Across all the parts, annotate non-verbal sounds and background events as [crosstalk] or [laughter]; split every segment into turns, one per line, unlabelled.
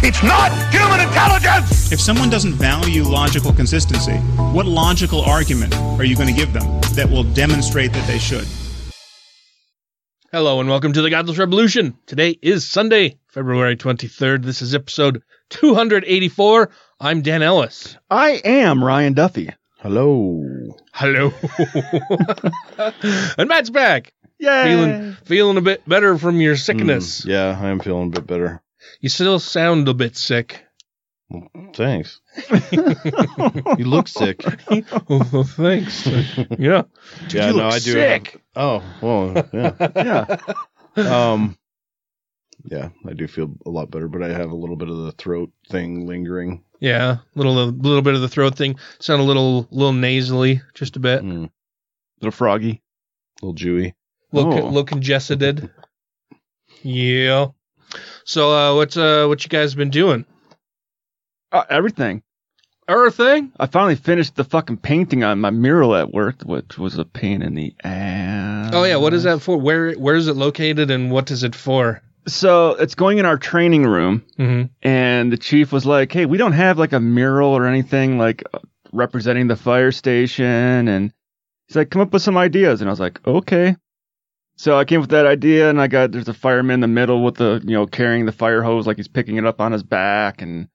It's not human intelligence!
If someone doesn't value logical consistency, what logical argument are you going to give them that will demonstrate that they should?
Hello and welcome to the Godless Revolution. Today is Sunday, February 23rd. This is episode 284. I'm Dan Ellis.
I am Ryan Duffy. Hello. [laughs]
Hello. and Matt's back.
Yeah.
Feeling feeling a bit better from your sickness.
Mm, Hmm. Yeah, I am feeling a bit better.
You still sound a bit
[laughs]
sick.
Thanks. you look sick.
oh, thanks. yeah.
yeah,
you look sick.
oh, well, yeah. yeah. Um yeah, I do feel a lot better, but I have a little bit of the throat thing lingering.
Yeah, little little bit of the throat thing. Sound a little little nasally, just a bit.
Mm. little froggy. little Jewy.
Little,
Oh.
con- little congested. yeah. So uh, what's uh what you guys been doing?
Uh, everything.
Everything?
I finally finished the fucking painting on my mural at work, which was a pain in the ass.
Oh yeah, what is that for? Where where is it located and what is it for?
So it's going in our training room,
Mm-hmm.
and the chief was like, "Hey, we don't have like a mural or anything like uh, representing the fire station," and he's like, "Come up with some ideas," and I was like, "Okay." So I came up with that idea, and I got there's a fireman in the middle with the you know carrying the fire hose like he's picking it up on his back, and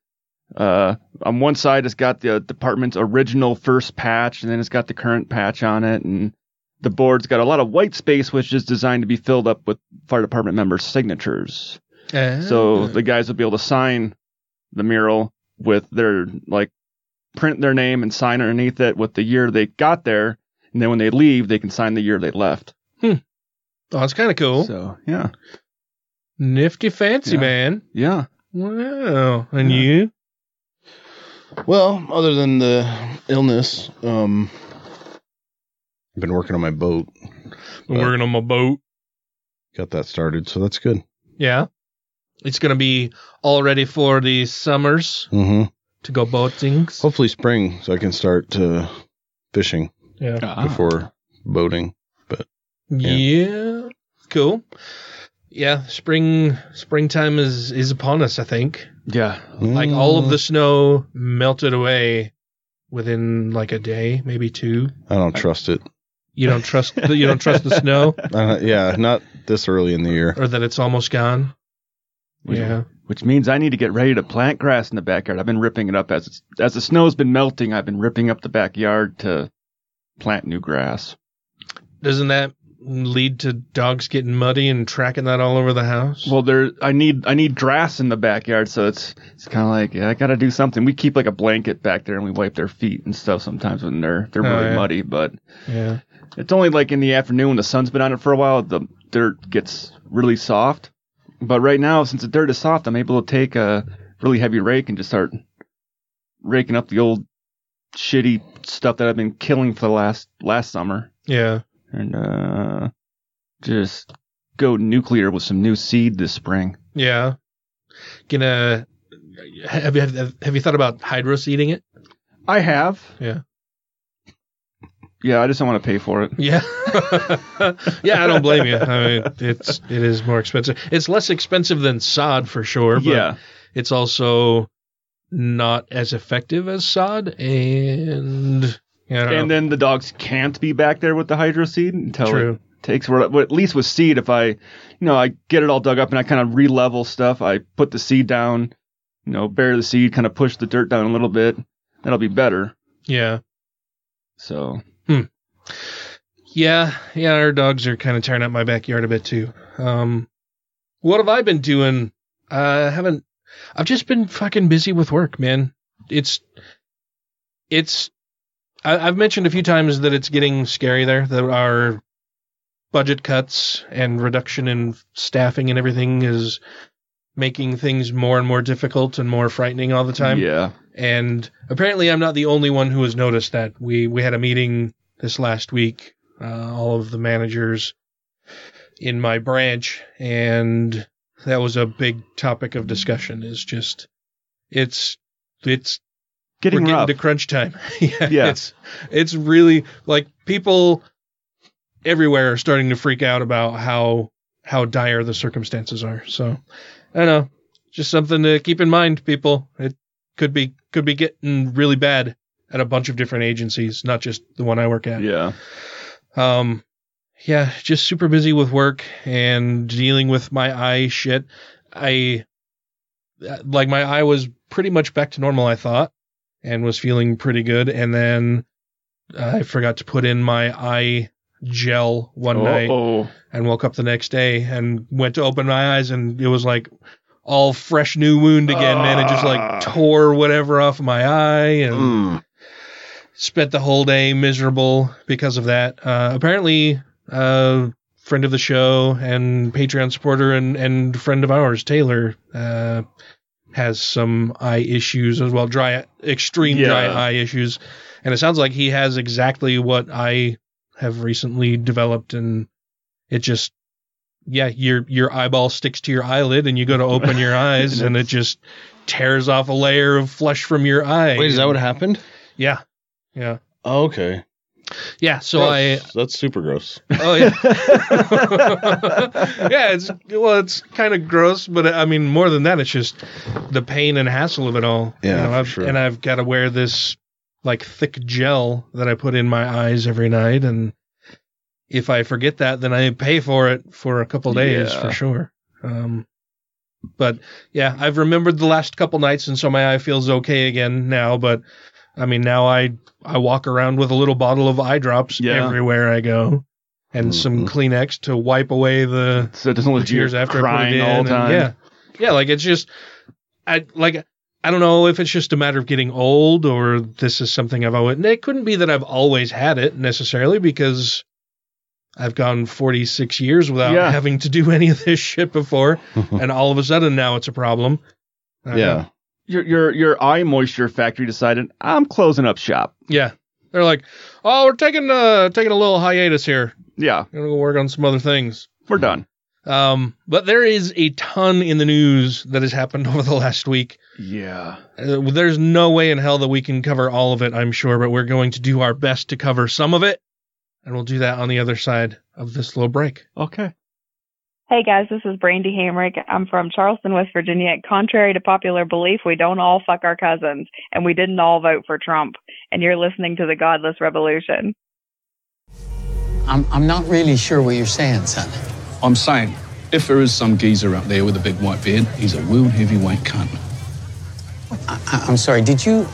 uh, on one side it's got the department's original first patch, and then it's got the current patch on it, and the board's got a lot of white space, which is designed to be filled up with fire department members' signatures.
Ah.
So the guys would be able to sign the mural with their like print their name and sign underneath it with the year they got there, and then when they leave, they can sign the year they left.
oh, that's kind of cool.
So yeah,
Nifty fancy
Yeah.
man.
yeah.
Wow. And you?
Well, other than the illness, um I've been working on my boat.
Been
Uh,
working on my boat.
Got that started, so that's good.
Yeah. It's gonna be all ready for the summers
Mhm.
to go boating.
Hopefully spring, so I can start uh, fishing
Yeah.
before boating.
Yeah. Cool. Yeah, spring springtime is is upon us, I think.
Yeah,
Like all
Mm.
of the snow melted away within like a day, maybe two.
Mm, I don't trust it.
You don't
[laughs]
trust the, you don't trust the snow
Uh, yeah, not this early in the year.
or that it's almost gone.
Which-
Yeah.
Which means I need to get ready to plant grass in the backyard. I've been ripping it up as it's, as the snow's been melting. I've been ripping up the backyard to plant new grass.
Doesn't that lead to dogs getting muddy and tracking that all over the house?
Well, there I need I need grass in the backyard, so it's it's kind of like yeah, I got to do something. We keep like a blanket back there and we wipe their feet and stuff sometimes when they're they're
Oh,
really
yeah.
muddy, but
yeah.
It's only like in the afternoon when the sun's been on it for a while, the dirt gets really soft. But right now, since the dirt is soft, I'm able to take a really heavy rake and just start raking up the old shitty stuff that I've been killing for the last last summer,
Yeah.
and uh, just go nuclear with some new seed this spring.
Yeah. Gonna have you have, have you thought about hydro seeding it?
I have.
Yeah.
Yeah, I just don't want to pay for it.
Yeah. [laughs] yeah, I don't blame you. I mean, it's it is more expensive. It's less expensive than sod for sure, but
Yeah,
it's also not as effective as sod and yeah, I don't
and
know.
then the dogs can't be back there with the hydro seed until it
true.
takes where well, at least with seed if i you know i get it all dug up and i kind of re-level stuff i put the seed down you know bury the seed kind of push the dirt down a little bit that'll be better
Yeah.
so
Yeah, yeah, our dogs are kind of tearing up my backyard a bit too. Um, what have I been doing? I haven't. I've just been fucking busy with work, man. It's, it's. I, I've mentioned a few times that it's getting scary there. There are budget cuts and reduction in staffing and everything is making things more and more difficult and more frightening all the time.
Yeah.
And apparently, I'm not the only one who has noticed that. We we had a meeting this last week, uh, all of the managers in my branch, and that was a big topic of discussion. Is just it's it's
Getting
we're
rough.
getting to crunch time. [laughs] yeah,
Yeah.
it's it's really like people everywhere are starting to freak out about how how dire the circumstances are. So I don't know, just something to keep in mind, people. It could be could be getting really bad at a bunch of different agencies, not just the one I work at.
yeah.
Um, yeah, just super busy with work and dealing with my eye shit. I like my eye was pretty much back to normal, I thought, and was feeling pretty good. And then I forgot to put in my eye gel one night
Oh,
and woke up the next day and went to open my eyes and it was like all fresh new wound again, man. It just
Ah.
like tore whatever off my eye and
Mm.
spent the whole day miserable because of that. Uh, apparently, uh, friend of the show and Patreon supporter and, and friend of ours, Taylor, uh, has some eye issues as well, dry, extreme dry
Yeah.
eye issues. And it sounds like he has exactly what I have recently developed. And it just, yeah, your, your eyeball sticks to your eyelid and you go to open
[laughs]
your eyes and it just tears off a layer of flesh from your eye.
Wait, is that what happened?
yeah. Yeah.
Oh, okay.
Yeah, so I
Gross. That's super gross.
oh yeah. [laughs] yeah, it's well it's kind of gross, but I mean more than that it's just the pain and hassle of it all.
Yeah, for
I've,
sure.
and I've got to wear this like thick gel that I put in my eyes every night and if I forget that then I pay for it for a couple days
Yeah.
for sure. Um but yeah, I've remembered the last couple nights and so my eye feels okay again now, but I mean now I I walk around with a little bottle of eye drops
Yeah.
everywhere I go, and
Mm-hmm.
some Kleenex to wipe away the
so it doesn't look
tears after I put
crying
it in.
all
and
the time.
yeah, yeah, like it's just, I like I don't know if it's just a matter of getting old or this is something I've always. and It couldn't be that I've always had it necessarily because. I've gone 46 years without
Yeah.
having to do [laughs] any of this shit
[laughs]
before, and all of a sudden now it's a problem. Uh,
yeah.
Your your your eye moisture factory decided I'm closing up shop.
yeah. They're like, "Oh, we're taking uh taking a little hiatus here.
Yeah,
Gonna go work on some other things.
we're done.
Um, but there is a ton in the news that has happened [laughs] over the last week.
Yeah.
Uh, there's no way in hell that we can cover all of it, I'm sure, but we're going to do our best to cover some of it. And we'll do that on the other side of this little break.
Okay.
Hey guys, this is Brandy Hamrick. I'm from Charleston, West Virginia. Contrary to popular belief, we don't all fuck our cousins, and we didn't all vote for Trump. And you're listening to the Godless Revolution.
I'm, I'm not really sure what you're saying, son.
I'm saying, if there is some geezer out there with a big white beard, he's a world heavyweight cunt.
I, I'm sorry, did you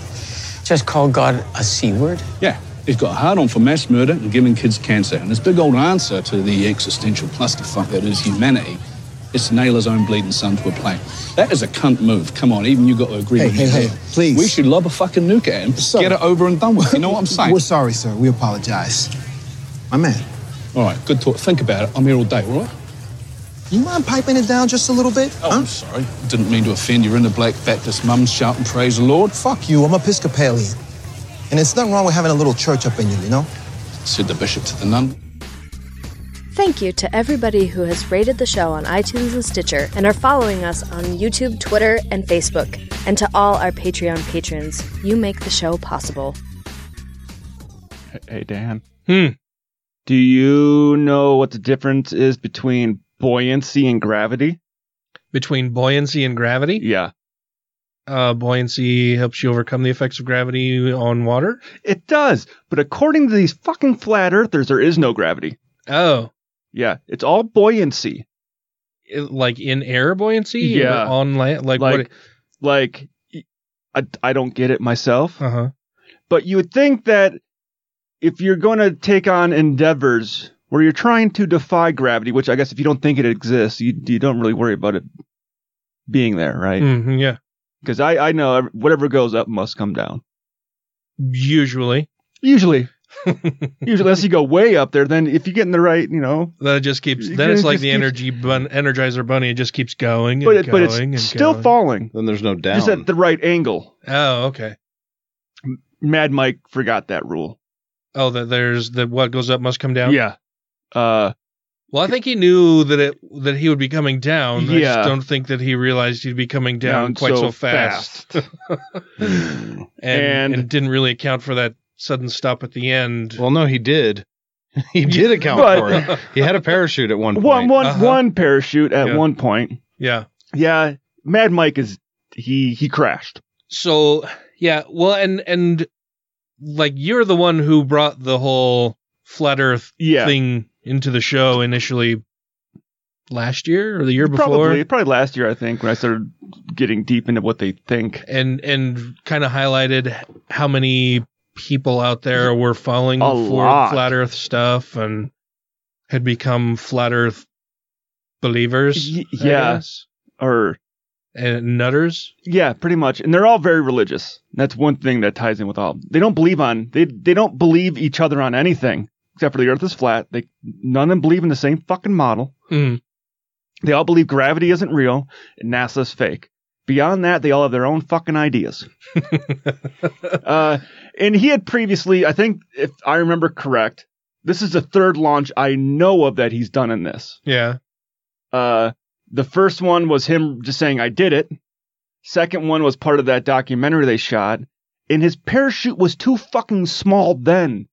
just call God a C word?
Yeah, he's got a hard on for mass murder and giving kids cancer. And his big old answer to the existential clusterfuck that is humanity is to nail his own bleeding son to a plane. That is a cunt move. Come on, even you got to agree
Hey,
with
hey,
me.
hey,
there.
please.
We should lob a fucking nuke at him.
Sir.
Get it over and done with. You know what I'm saying?
We're sorry, sir. We apologize. My man,
all right, good talk. Think about it. I'm here all day, all right?
you mind piping it down just a little bit?
Oh, I'm sorry. Didn't mean to offend your inner black Baptist mum. Shout and praise the Lord.
Fuck you. I'm Episcopalian. And it's nothing wrong with having a little church up in you, you know?
Said the bishop to the nun.
Thank you to everybody who has rated the show on iTunes and Stitcher and are following us on YouTube, Twitter, and Facebook. And to all our Patreon patrons, you make the show possible.
Hey Dan.
Hmm.
Do you know what the difference is between buoyancy and gravity?
Between buoyancy and gravity,
Yeah.
uh, buoyancy helps you overcome the effects of gravity on water.
It does. But according to these fucking flat earthers, there is no gravity.
Oh,
Yeah. It's all buoyancy.
it- like in air buoyancy?
Yeah.
On land? Like,
Like,
what?
like I, I don't get it myself.
Uh huh.
But you would think that if you're going to take on endeavors where you're trying to defy gravity, which I guess if you don't think it exists, you, you don't really worry about it being there, right?
Mhm, yeah.
Because I, I know ev- whatever goes up must come down.
Usually. [laughs]
Usually. Usually, unless you go way up there, then if you get in the right, you know,
Then it just keeps. Then
It
it's like
just
the
keeps-
energy bun, Energizer Bunny. It just keeps going. And
but it,
going
but it's
and
still
going.
falling.
Then there's no down.
Just at the right angle.
Oh, okay.
Mad Mike forgot that rule.
Oh, that there's the what goes up must come down.
Yeah. Uh,
Well, I think he knew that it that he would be coming down. I
Yeah.
just don't think that he realized he'd be coming down,
Down
quite so,
so
fast, [laughs] and,
And-
and didn't really account for that sudden stop at the end.
Well, no, he did. [laughs] He did account
But-
for it. He had a parachute at one
[laughs]
point.
One one-
Uh-huh.
one parachute at one point.
Yeah.
Yeah. Mad Mike is he he crashed.
So yeah, well, and and like you're the one who brought the whole flat Earth
Yeah.
thing into the show initially last year or the year before,
Probably probably last year I think when I started getting deep into what they think.
and and kind of highlighted how many people out there were falling
A
for
lot.
flat Earth stuff and had become flat Earth believers. I
yeah.
guess.
Or
and nutters.
Yeah, pretty much. And they're all very religious. That's one thing that ties in with all. They don't believe on they they don't believe each other on anything except for the earth is flat. They none of them believe in the same fucking model.
Mm.
They all believe gravity isn't real and NASA's fake. Beyond that, they all have their own fucking ideas. uh, and he had previously, I think, if I remember correct, this is the third launch I know of that he's done in this.
Yeah.
Uh, the first one was him just saying, I did it. Second one was part of that documentary they shot. And his parachute was too fucking small then.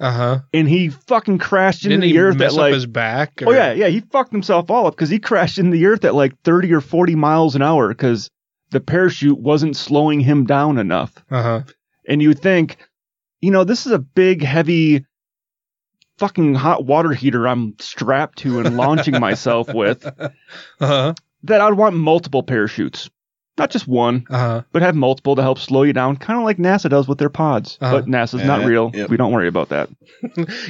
Uh huh.
And he fucking crashed into
Didn't
the
he
earth
mess
at
up
like
his back?
Oh
or-
yeah, yeah. He fucked himself all up because he crashed into the earth at like thirty or forty miles an hour because the parachute wasn't slowing him down enough.
Uh-huh.
And you would think, you know, this is a big, heavy, fucking hot water heater I'm strapped to and
[laughs]
launching myself with.
Uh-huh.
That I'd want multiple parachutes, not just one,
uh-huh.
but have multiple to help slow you down, kind of like NASA does with their pods.
Uh-huh.
But NASA's not
Yeah,
real. We don't worry about that.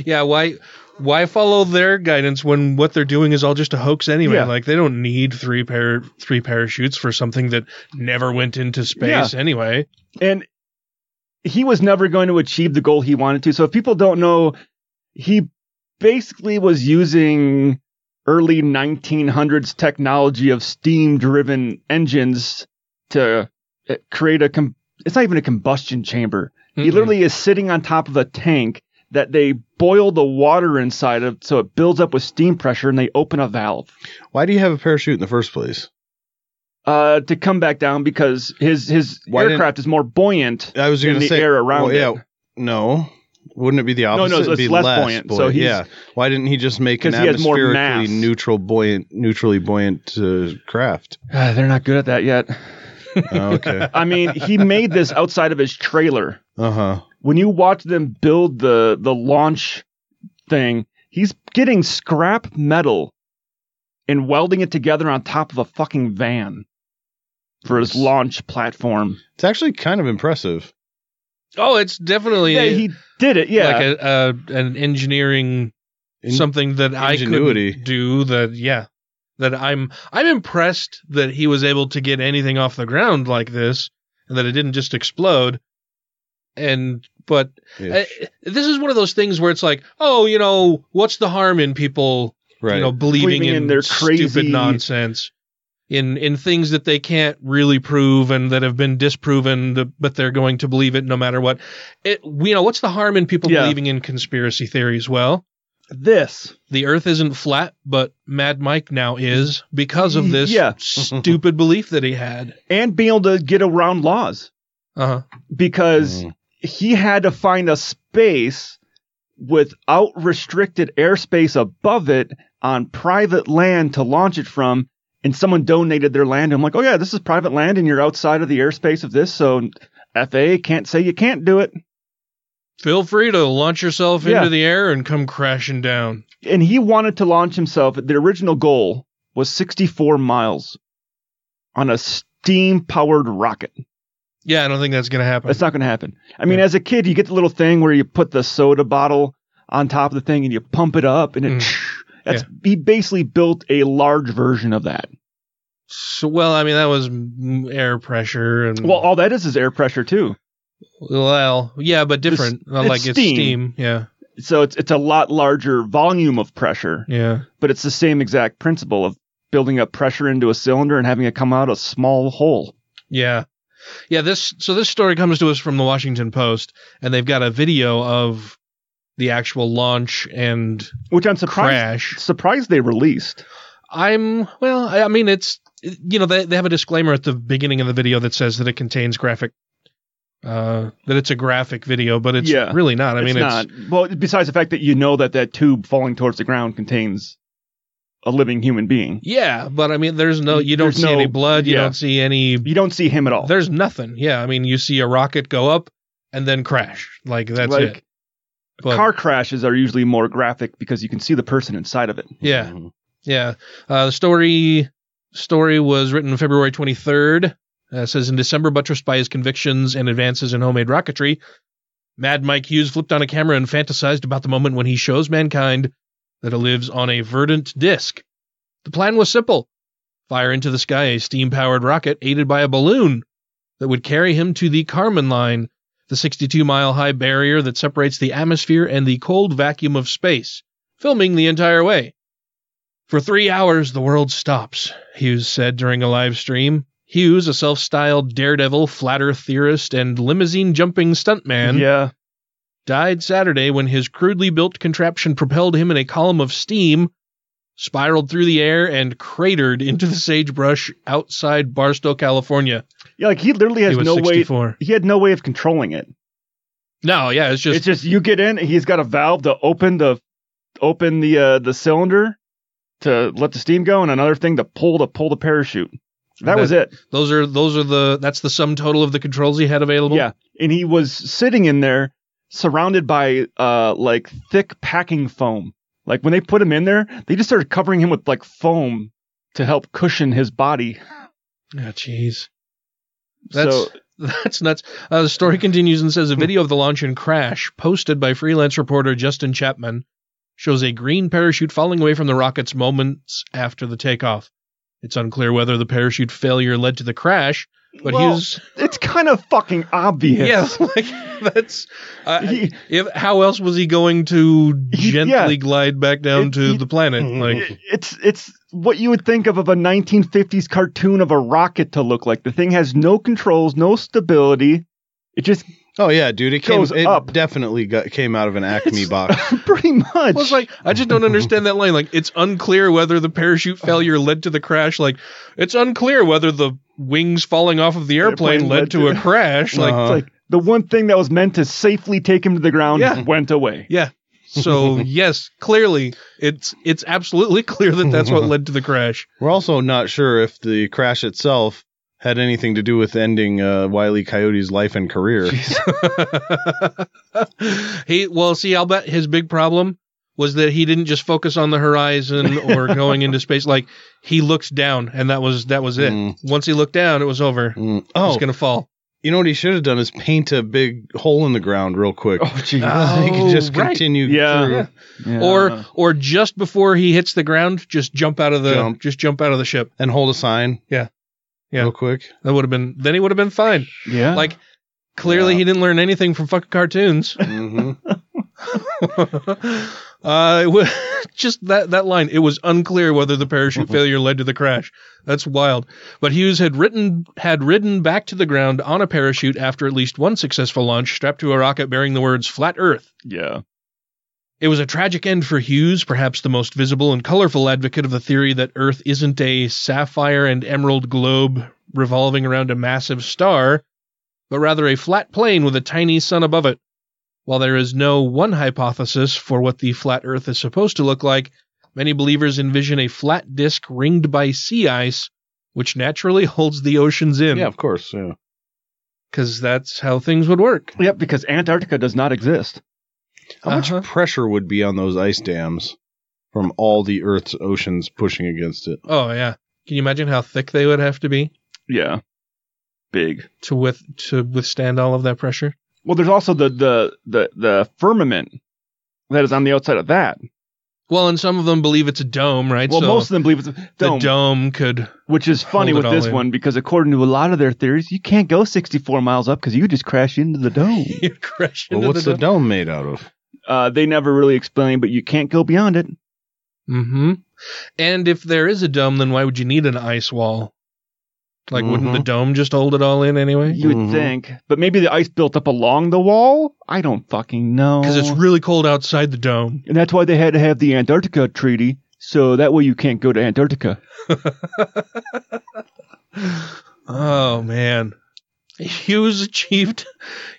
Yeah, why why follow their guidance when what they're doing is all just a hoax anyway?
Yeah.
Like they don't need three pair three parachutes for something that never went into space
Yeah.
anyway.
and he was never going to achieve the goal he wanted to. So if people don't know, he basically was using early 1900s technology of steam driven engines to uh, create a com- it's not even a combustion chamber. He
Mm-mm.
literally is sitting on top of a tank that they boil the water inside of so it builds up with steam pressure and they open a valve.
Why do you have a parachute in the first place?
Uh, to come back down because his his
Why didn't-
aircraft is more buoyant
I was
in
going to
the
say
air around
well, yeah,
it.
No, wouldn't it be the
No, no,
opposite?
so
It'd
it's
be
less buoyant, so he's-
yeah. Why didn't he just make an
'Cause he has more mass.
atmospherically neutral, buoyant, neutrally buoyant uh,
[laughs]
craft?
Ah, [sighs] they're not good at that yet.
Oh, okay.
I mean, he made this outside of his trailer.
Uh huh.
When you watch them build the the launch thing, he's getting scrap metal and welding it together on top of a fucking van for his launch platform.
It's actually kind of impressive.
Oh, it's definitely
Yeah, he did it. Yeah.
like a, a an engineering something that I
ingenuity.
could do. That yeah, that I'm I'm impressed that he was able to get anything off the ground like this, and that it didn't just explode. And but uh, this is one of those things where it's like, oh, you know, what's the harm in people,
Right.
you know, believing,
Believing
in,
in their
stupid
crazy-
nonsense. In, in things that they can't really prove and that have been disproven, th- but they're going to believe it no matter what. It, you know, what's the harm in people
Yeah.
believing in conspiracy theories? Well,
this
the Earth isn't flat, but Mad Mike now is because of this
Yeah. [laughs]
stupid belief that he had.
and being able to get around laws.
Uh-huh.
Because he had to find a space without restricted airspace above it on private land to launch it from. And someone donated their land. I'm like, oh yeah, this is private land, and you're outside of the airspace of this, so FAA can't say you can't do it.
Feel free to launch yourself
Yeah.
into the air and come crashing down.
And he wanted to launch himself. The original goal was 64 miles on a steam-powered rocket.
Yeah, I don't think that's going to happen.
That's not going to happen. I mean, as a kid, you get the little thing where you put the soda bottle on top of the thing and you pump it up, and it.
Mm.
[sniffs] That's he basically built a large version of that.
So, well, I mean, that was mm, air pressure and
Well, all that is is air pressure too.
Well, yeah, but different.
It's-
Not like it's steam. Yeah.
So it's it's a lot larger volume of pressure.
Yeah.
But it's the same exact principle of building up pressure into a cylinder and having it come out a small hole.
Yeah. Yeah, this so this story comes to us from the Washington Post and they've got a video of the actual launch and
which I'm surprised
crash.
surprised they released.
I'm well, I, I mean it's you know they they have a disclaimer at the beginning of the video that says that it contains graphic uh that it's a graphic video, but it's
Yeah.
really not. I mean it's
not. Well, besides the fact that you know that that tube falling towards the ground contains a living human being.
Yeah, but I mean, there's no you don't
There's
see any
no-
blood. You
yeah.
don't see any. You
don't see him at all.
There's nothing. Yeah, I mean, you see a rocket go up and then crash. Like that's
Like,
it. But-
Car crashes are usually more graphic because you can see the person inside of it.
Yeah,
Mm-hmm.
yeah. Uh, the story story was written February 23rd. Uh, it says in December, buttressed by his convictions and advances in homemade rocketry, Mad Mike Hughes flipped on a camera and fantasized about the moment when he shows mankind that it lives on a verdant disk. The plan was simple fire into the sky a steam powered rocket aided by a balloon that would carry him to the Kármán line, the 62 mile high barrier that separates the atmosphere and the cold vacuum of space, filming the entire way. For three hours, the world stops, Hughes said during a live stream. Hughes, a self styled daredevil, flat earth theorist, and limousine jumping stuntman,
yeah.
died Saturday when his crudely built contraption propelled him in a column of steam, spiraled through the air, and cratered into the sagebrush outside Barstow, California.
Yeah, like he literally has
He was
no
64.
way. He had no way of controlling it.
No, yeah, it's just
it's just you get in. He's got a valve to open the open the uh, the cylinder to let the steam go, and another thing to pull to pull the parachute. That, was it.
Those are those are the that's the sum total of the controls he had available.
Yeah, and he was sitting in there surrounded by uh like thick packing foam. Like when they put him in there, they just started covering him with like foam to help cushion his body.
Ah, jeez. That's
So-
[laughs] that's nuts. Uh, the story continues and says a video of the launch and crash posted by freelance reporter Justin Chapman shows a green parachute falling away from the rockets moments after the takeoff. It's unclear whether the parachute failure led to the crash, but
Well,
Hughes
it's kind of fucking obvious.
[laughs] Yeah, [laughs] like that's uh, if how else was he going to gently glide back down to the planet?
Mm-hmm.
Like
It's it's what you would think of of a 1950s cartoon of a rocket to look like. The thing has no controls, no stability. It just [laughs]
Oh yeah, dude, it
goes
came, it
up.
Definitely got, came out of an Acme box.
[laughs] pretty much. Well,
it's like I just don't understand that line. Like it's unclear whether the parachute failure led to the crash. Like it's unclear whether the wings falling off of the airplane, led, to Uh-huh. a crash. Like,
It's like the one thing that was meant to safely take him to the ground went away.
yeah. [laughs] So yes, clearly it's it's absolutely [laughs] clear that that's what led to the crash.
We're also not sure if the crash itself had anything to do with ending uh, Wiley Coyote's life and career.
He well, see, I'll bet his big problem was that he didn't just focus on the horizon [laughs] or going into space. Like he looked down, and that was that was it. Once he looked down, it was over.
Oh,
He's gonna fall.
You know what he should have done is paint a big hole in the ground real quick. Oh,
geez.
he could just
Oh, right.
continue through.
Or or just before he hits the ground, just jump out of the
Jump.
just jump out of the ship
and hold a sign.
Yeah, yeah,
real quick.
That would have been then he would have been fine.
Yeah,
like clearly he didn't learn anything from fucking cartoons. [laughs]
Mm-hmm.
[laughs]
uh, it wa- [laughs] just that that line. It was unclear whether the parachute failure led to the crash. That's wild. But Hughes had written had ridden back to the ground on a parachute after at least one successful launch, strapped to a rocket bearing the words "Flat Earth."
Yeah.
It was a tragic end for Hughes, perhaps the most visible and colorful advocate of the theory that Earth isn't a sapphire and emerald globe revolving around a massive star, but rather a flat plane with a tiny sun above it. While there is no one hypothesis for what the flat Earth is supposed to look like, many believers envision a flat disk ringed by sea ice, which naturally holds the oceans in. Yeah, of
course, yeah.
Because that's how things would work.
Yep, because Antarctica does not exist.
How
Uh-huh.
much pressure would be on those ice dams from all the Earth's oceans pushing against it?
Oh yeah. Can you imagine how thick they would have to be?
Yeah. Big.
To with to withstand all of that pressure?
Well, there's also the the the the firmament that is on the outside of that.
Well, and some of them believe it's a dome, right?
Well, most of them believe it's a dome.
The dome could,
which is funny
hold
with
it all
this
in.
one because according to a lot of their theories, you can't go 64 miles up because you just crash into [laughs] the dome. you
crash
Well, what's the dome made out of?
Uh, they never really explain, but you can't go beyond it.
Mm-hmm. And if there is a dome, then why would you need an ice wall? Like, wouldn't the
Mhm.
dome just hold it all in anyway?
You would think, but maybe the ice built up along the wall. I don't fucking know
because it's really cold outside the dome.
and that's why they had to have the Antarctica Treaty, so that way you can't go to Antarctica.
Oh man. [laughs] Hughes achieved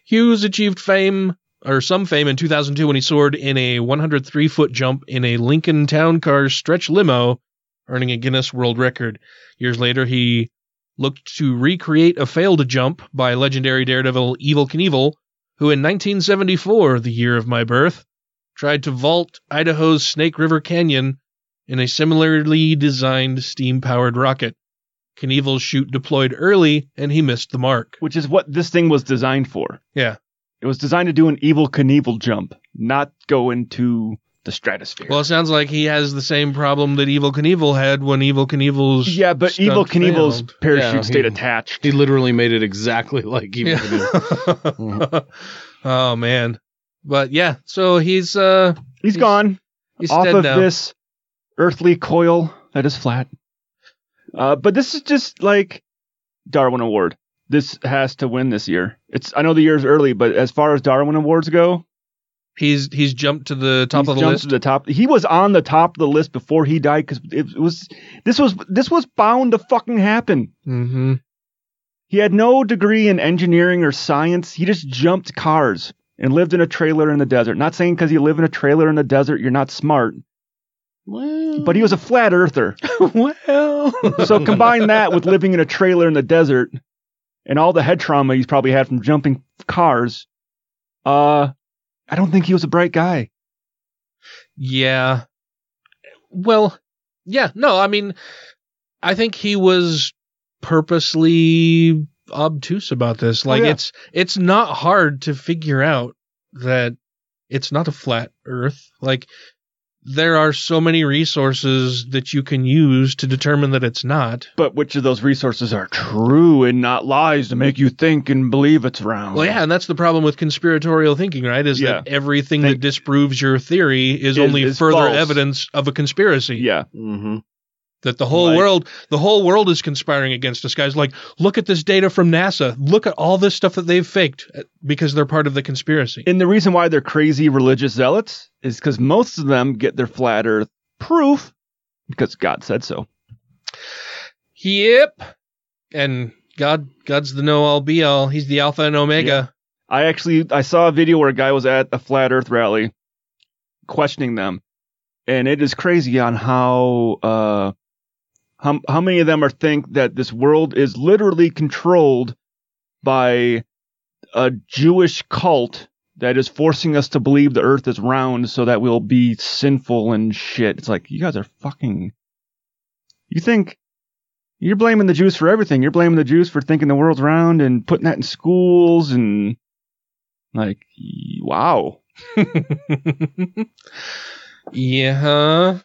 Hughes achieved fame or some fame in 2002 when he soared in a 103 foot jump in a Lincoln Town Car stretch limo, earning a Guinness World Record. Years later, he looked to recreate a failed jump by legendary daredevil Evil Knievel, who in 1974, the year of my birth, tried to vault Idaho's Snake River Canyon in a similarly designed steam powered rocket. Knievel's chute deployed early, and he missed the mark.
Which is what this thing was designed for.
Yeah.
It was designed to do an evil Knievel jump, not go into the stratosphere.
Well, it sounds like he has the same problem that Evil Knievel had when Evil Knievel's
Yeah, but
stunt
Evil Knievel's
failed.
parachute stayed attached.
He literally made it exactly like he
Yeah.
would
[laughs] oh man, but yeah. So he's uh
he's gone
He's
off
dead
of
now.
this earthly coil that is flat. Uh, but this is just like Darwin Award. This has to win this year. It's I know the year's early, but as far as Darwin Awards go,
he's he's jumped to the top
he's
of the
jumped
list.
to the top. He was on the top of the list before he died because it was this was this was bound to fucking happen.
Mm-hmm.
He had no degree in engineering or science. He just jumped cars and lived in a trailer in the desert. Not saying because you live in a trailer in the desert, you're not smart. But he was a flat earther.
[laughs] well.
so
[laughs]
combine that with living in a trailer in the desert and all the head trauma he's probably had from jumping cars. Uh, I don't think he was a bright guy.
Yeah. Well, yeah, no, I mean, I think he was purposely obtuse about this. Like
Oh, yeah.
it's it's not hard to figure out that it's not a flat earth. Like there are so many resources that you can use to determine that it's not.
But which of those resources are true and not lies to make you think and believe it's round?
Well, yeah, and that's the problem with conspiratorial thinking, right? Is that everything that disproves your theory is,
Is-
only
is
further
false.
evidence of a conspiracy.
Yeah.
Mm-hmm.
That the whole
Like-
world, the whole world is conspiring against us, guys. Like, look at this data from NASA. Look at all this stuff that they've faked uh, because they're part of the conspiracy.
And the reason why they're crazy religious zealots is because most of them get their flat earth proof because God said so.
Yep. And God, God's the know-all, be-all. He's the Alpha and Omega.
I actually I saw a video where a guy was at a flat earth rally questioning them. And it is crazy on how uh how how many of them are think that this world is literally controlled by a Jewish cult that is forcing us to believe the earth is round so that we'll be sinful and shit. It's like you guys are fucking you think you're blaming the Jews for everything. You're blaming the Jews for thinking the world's round and putting that in schools and like y- wow.
[laughs] Yeah.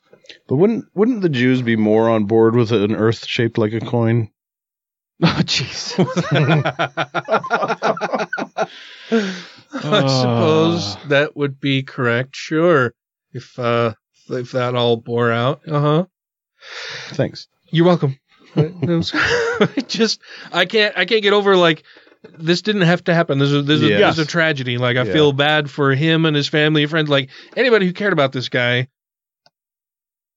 But wouldn't wouldn't the Jews be more on board with an Earth shaped like a coin?
Oh jeez.
I suppose that would be correct. Sure. If, uh, if that all bore out. Uh huh.
Thanks.
You're welcome. I [laughs] just I can't I can't get over like this didn't have to happen. This is this, is
Yes.
this is a tragedy. Like I
Yeah.
feel bad for him and his family and friends. Like anybody who cared about this guy.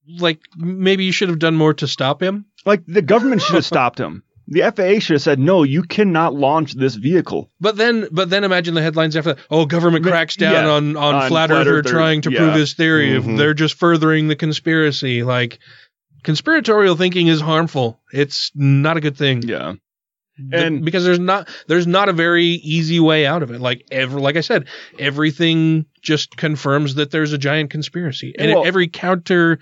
Like maybe you should have done more to stop him.
Like the government should [laughs] have stopped him. The FAA should have said no, you cannot launch this vehicle.
But then but then imagine the headlines after that. Oh, government cracks down
yeah,
on, on,
on
flat,
flat
earther
earther,
trying to
yeah.
prove his theory.
Mhm.
They're just furthering the conspiracy. Like conspiratorial thinking is harmful. It's not a good thing.
Yeah.
and because there's not there's not a very easy way out of it like ever like i said everything just confirms that there's a giant conspiracy and
Well-
every counter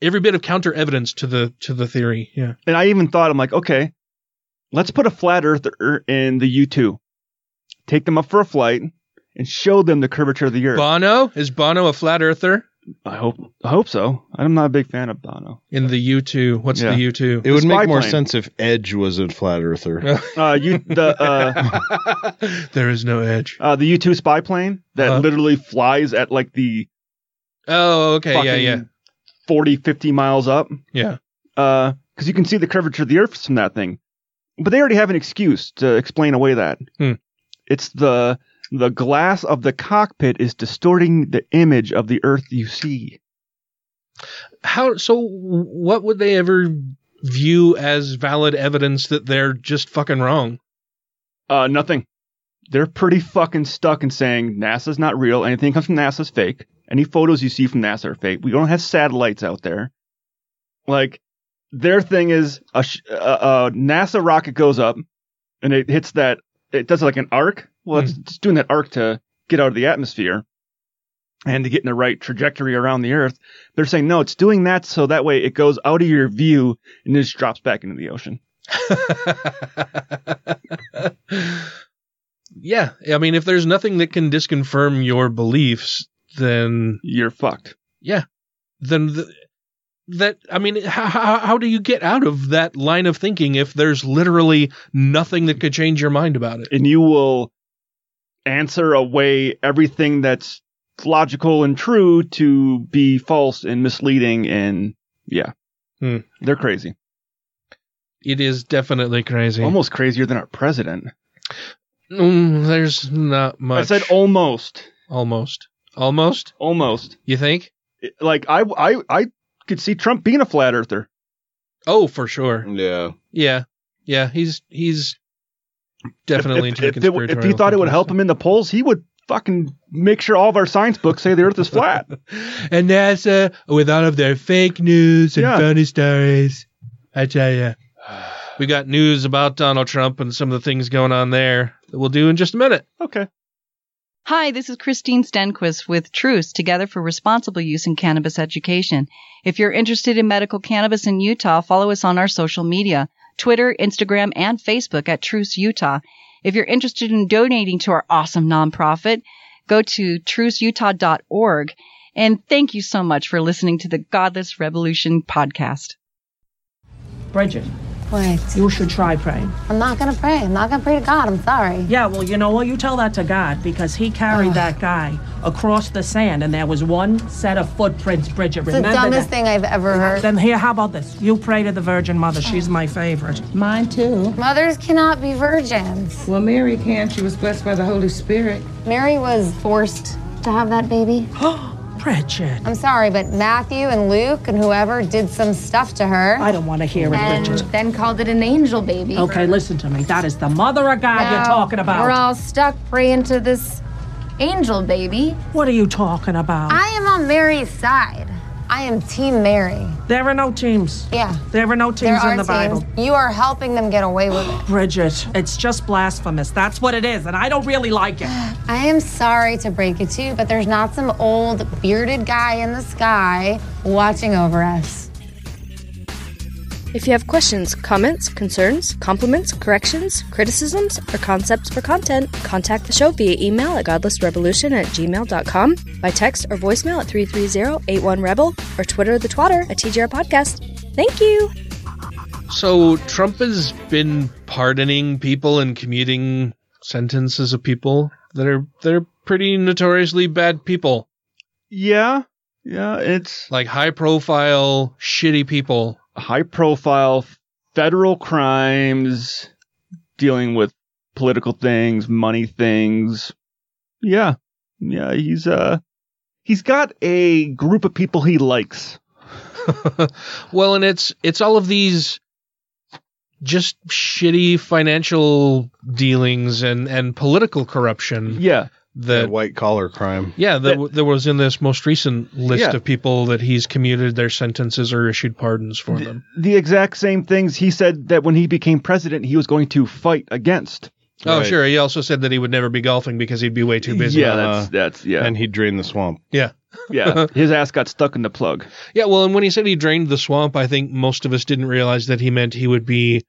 every bit of counter evidence to the to the theory yeah
And I even thought I'm like, okay, let's put a flat earther in the U2. Take them up for a flight and show them the curvature of the earth.
bono is bono a flat earther
I hope I hope so. I'm not a big fan of Bono.
In the U two, what's
Yeah.
the U two?
[laughs] It would make more
sense if Edge was a flat earther.
Uh, you the [laughs] uh,
[laughs] there is no edge.
uh, the U two spy plane that literally flies at like the
Oh, okay, yeah,
fucking
yeah,
40, 50 miles up.
yeah.
because uh, you can see the curvature of the Earth from that thing. But they already have an excuse to explain away that.
Hmm.
It's the the glass of the cockpit is distorting the image of the Earth you see.
How so? What would they ever view as valid evidence that they're just fucking wrong?
Uh, nothing. They're pretty fucking stuck in saying NASA's not real. Anything that comes from NASA's fake. Any photos you see from NASA are fake. We don't have satellites out there. Like their thing is a, sh- a, a NASA rocket goes up and it hits that. It does like an arc. Well, it's, it's doing that arc to get out of the atmosphere and to get in the right trajectory around the Earth. They're saying no, it's doing that so that way it goes out of your view and it just drops back into the ocean.
[laughs] Yeah, I mean, if there's nothing that can disconfirm your beliefs, then
you're fucked.
Yeah, then th- that I mean, how, how how do you get out of that line of thinking if there's literally nothing that could change your mind about it?
and you will answer away everything that's logical and true to be false and misleading and yeah
Hmm.
they're crazy
It is definitely crazy.
almost crazier than our president
Mm, there's not much.
i said almost
almost almost
almost
you think
like i i i could see trump being a flat earther
oh, for sure.
Mm.
Yeah.
Yeah, yeah. He's he's definitely
if,
into
if, if, it- if he thought it would help him in the polls he would fucking make sure all of our science books say the earth is flat [laughs]
and NASA with all of their fake news and
Yeah.
funny stories. I tell you, we got news about Donald Trump and some of the things going on there that we'll do in just a minute.
Okay.
Hi, this is Christine Stenquist with Truce Together for Responsible Use in Cannabis Education. If you're interested in medical cannabis in Utah, follow us on our social media, Twitter, Instagram, and Facebook at Truce Utah. If you're interested in donating to our awesome nonprofit, go to truceutah.org. And thank you so much for listening to the Godless Revolution podcast.
Bridget. What? You should try praying. I'm not gonna pray. I'm not gonna pray to God. I'm sorry. Yeah, well, you know what? You tell that to God because He carried that guy across the sand, and there was one set of footprints. Bridget,
It's the
remember
dumbest
that?
thing I've ever heard. Oh.
Then here, how about this? You pray to the Virgin Mother. She's my favorite.
Mine too.
Mothers cannot be virgins.
Well, Mary can. She was blessed by the Holy Spirit.
Mary was forced to have that
[gasps]
baby.
Bridget.
I'm sorry, but Matthew and Luke and whoever did some stuff to her. Oh.
I don't want to hear it,
and
Bridget.
Then called it an angel baby.
Okay, listen to me. That is the Mother of God you're
Now
talking about.
We're all stuck praying to this angel baby.
what are you talking about?
I am on Mary's side. I am Team Mary.
there are no teams.
Yeah.
There are no teams
there are
in the Bible.
teams. You are helping them get away with it.
Bridget, it's just blasphemous. That's what it is, and I don't really like it.
I am sorry to break it to you, but there's not some old bearded guy in the sky watching over us.
If you have questions, comments, concerns, compliments, corrections, criticisms, or concepts for content, contact the show via email at godlessrevolution at gmail.com, by text or voicemail at 330-81-REBEL, or Twitter the twatter at TGR Podcast. Thank you!
So Trump has been pardoning people and commuting sentences of people that are they're pretty notoriously bad people.
yeah yeah it's
like high profile shitty people
high profile federal crimes dealing with political things, money things. Yeah. Yeah, he's uh he's got a group of people he likes.
[laughs] Well, and it's it's all of these just shitty financial dealings and and political corruption.
Yeah.
That
white collar crime.
Yeah, that, that was in this most recent list
Yeah.
of people that he's commuted their sentences or issued pardons for them.
The exact same things he said that when he became president he was going to fight against.
Oh, sure. He also said that he would never be golfing because he'd be way too busy.
Yeah, that's that's yeah.
And he drained the swamp. [laughs]
yeah. [laughs]
Yeah. His ass got stuck in the plug.
Yeah, well, and when he said he drained the swamp, I think most of us didn't realize that he meant he would be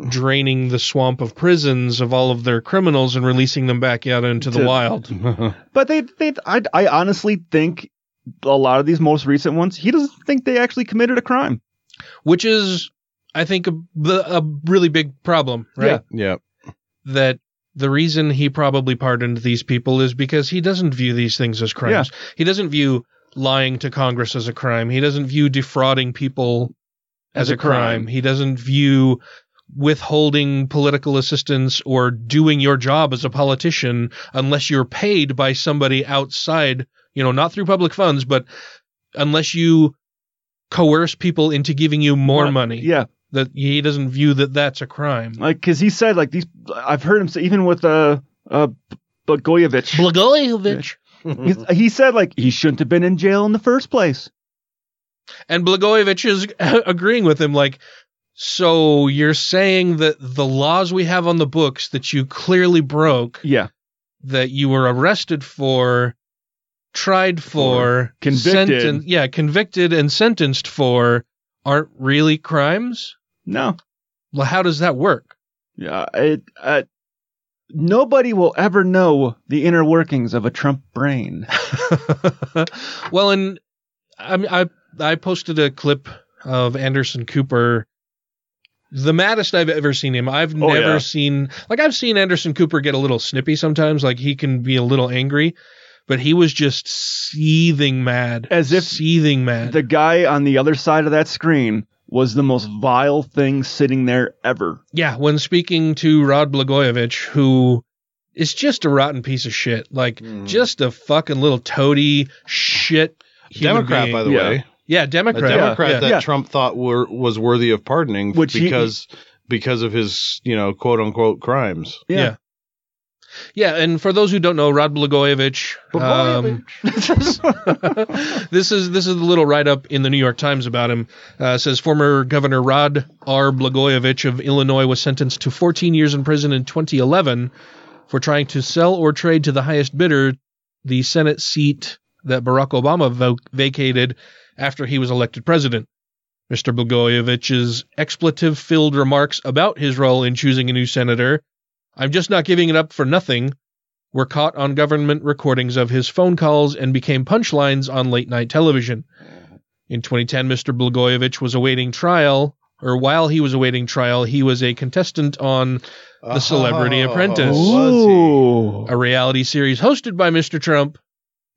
Mm-hmm.
draining the swamp of prisons of all of their criminals and releasing them back out into the
To-
wild.
But they, they, I, I honestly think a lot of these most recent ones, he doesn't think they actually committed a crime.
Which is, I think, a, the, a really big problem, right?
Yeah.
That the reason he probably pardoned these people is because he doesn't view these things as crimes. He doesn't view lying to Congress as a crime. He doesn't view defrauding people as, a crime. He doesn't view withholding political assistance or doing your job as a politician unless you're paid by somebody outside, you know, not through public funds, but unless you coerce people into giving you more money.
Yeah.
That he doesn't view that that's a crime.
Like, cause he said like these, I've heard him say even with, uh, uh, Blagojevich.
Blagojevich.
He's- he said like he shouldn't have been in jail in the first place.
And Blagojevich is [laughs] agreeing with him, like, so you're saying that the laws we have on the books that you clearly broke,
yeah,
that you were arrested for, tried for,
Convicted.
senten- yeah, convicted and sentenced for, aren't really crimes.
No.
Well, how does that work?
Yeah. It, uh, nobody will ever know the inner workings of a Trump brain.
[laughs] well, and I, I I posted a clip of Anderson Cooper, the maddest I've ever seen him. I've
Oh,
never
yeah.
seen like I've seen Anderson Cooper get a little snippy sometimes. Like he can be a little angry, but he was just seething mad,
As if
seething mad.
the guy on the other side of that screen was the most vile thing sitting there ever.
yeah, when speaking to Rod Blagojevich, who is just a rotten piece of shit, like
Mm.
just a fucking little toady shit. human
Democrat,
being.
by the
Yeah.
way.
Yeah, Democrat.
A Democrat
Yeah.
that
Yeah.
Trump thought were was worthy of pardoning
Which he-
because because of his you know quote unquote crimes.
Yeah. yeah. and for those who don't know, Rod Blagojevich, um, [laughs] this is this is the little write up in the New York Times about him. Uh, it says former Governor Rod R. Blagojevich of Illinois was sentenced to 14 years in prison in 2011 for trying to sell or trade to the highest bidder the Senate seat that Barack Obama vo- vacated after he was elected president. Mr. Blagojevich's expletive filled remarks about his role in choosing a new senator. I'm just not giving it up for nothing. Were caught on government recordings of his phone calls and became punchlines on late night television.
Uh-huh.
In 2010, Mr. Blagojevich was awaiting trial, or while he was awaiting trial, he was a contestant on The Celebrity
Oh,
Apprentice,
Ooh.
a reality series hosted by Mr. Trump.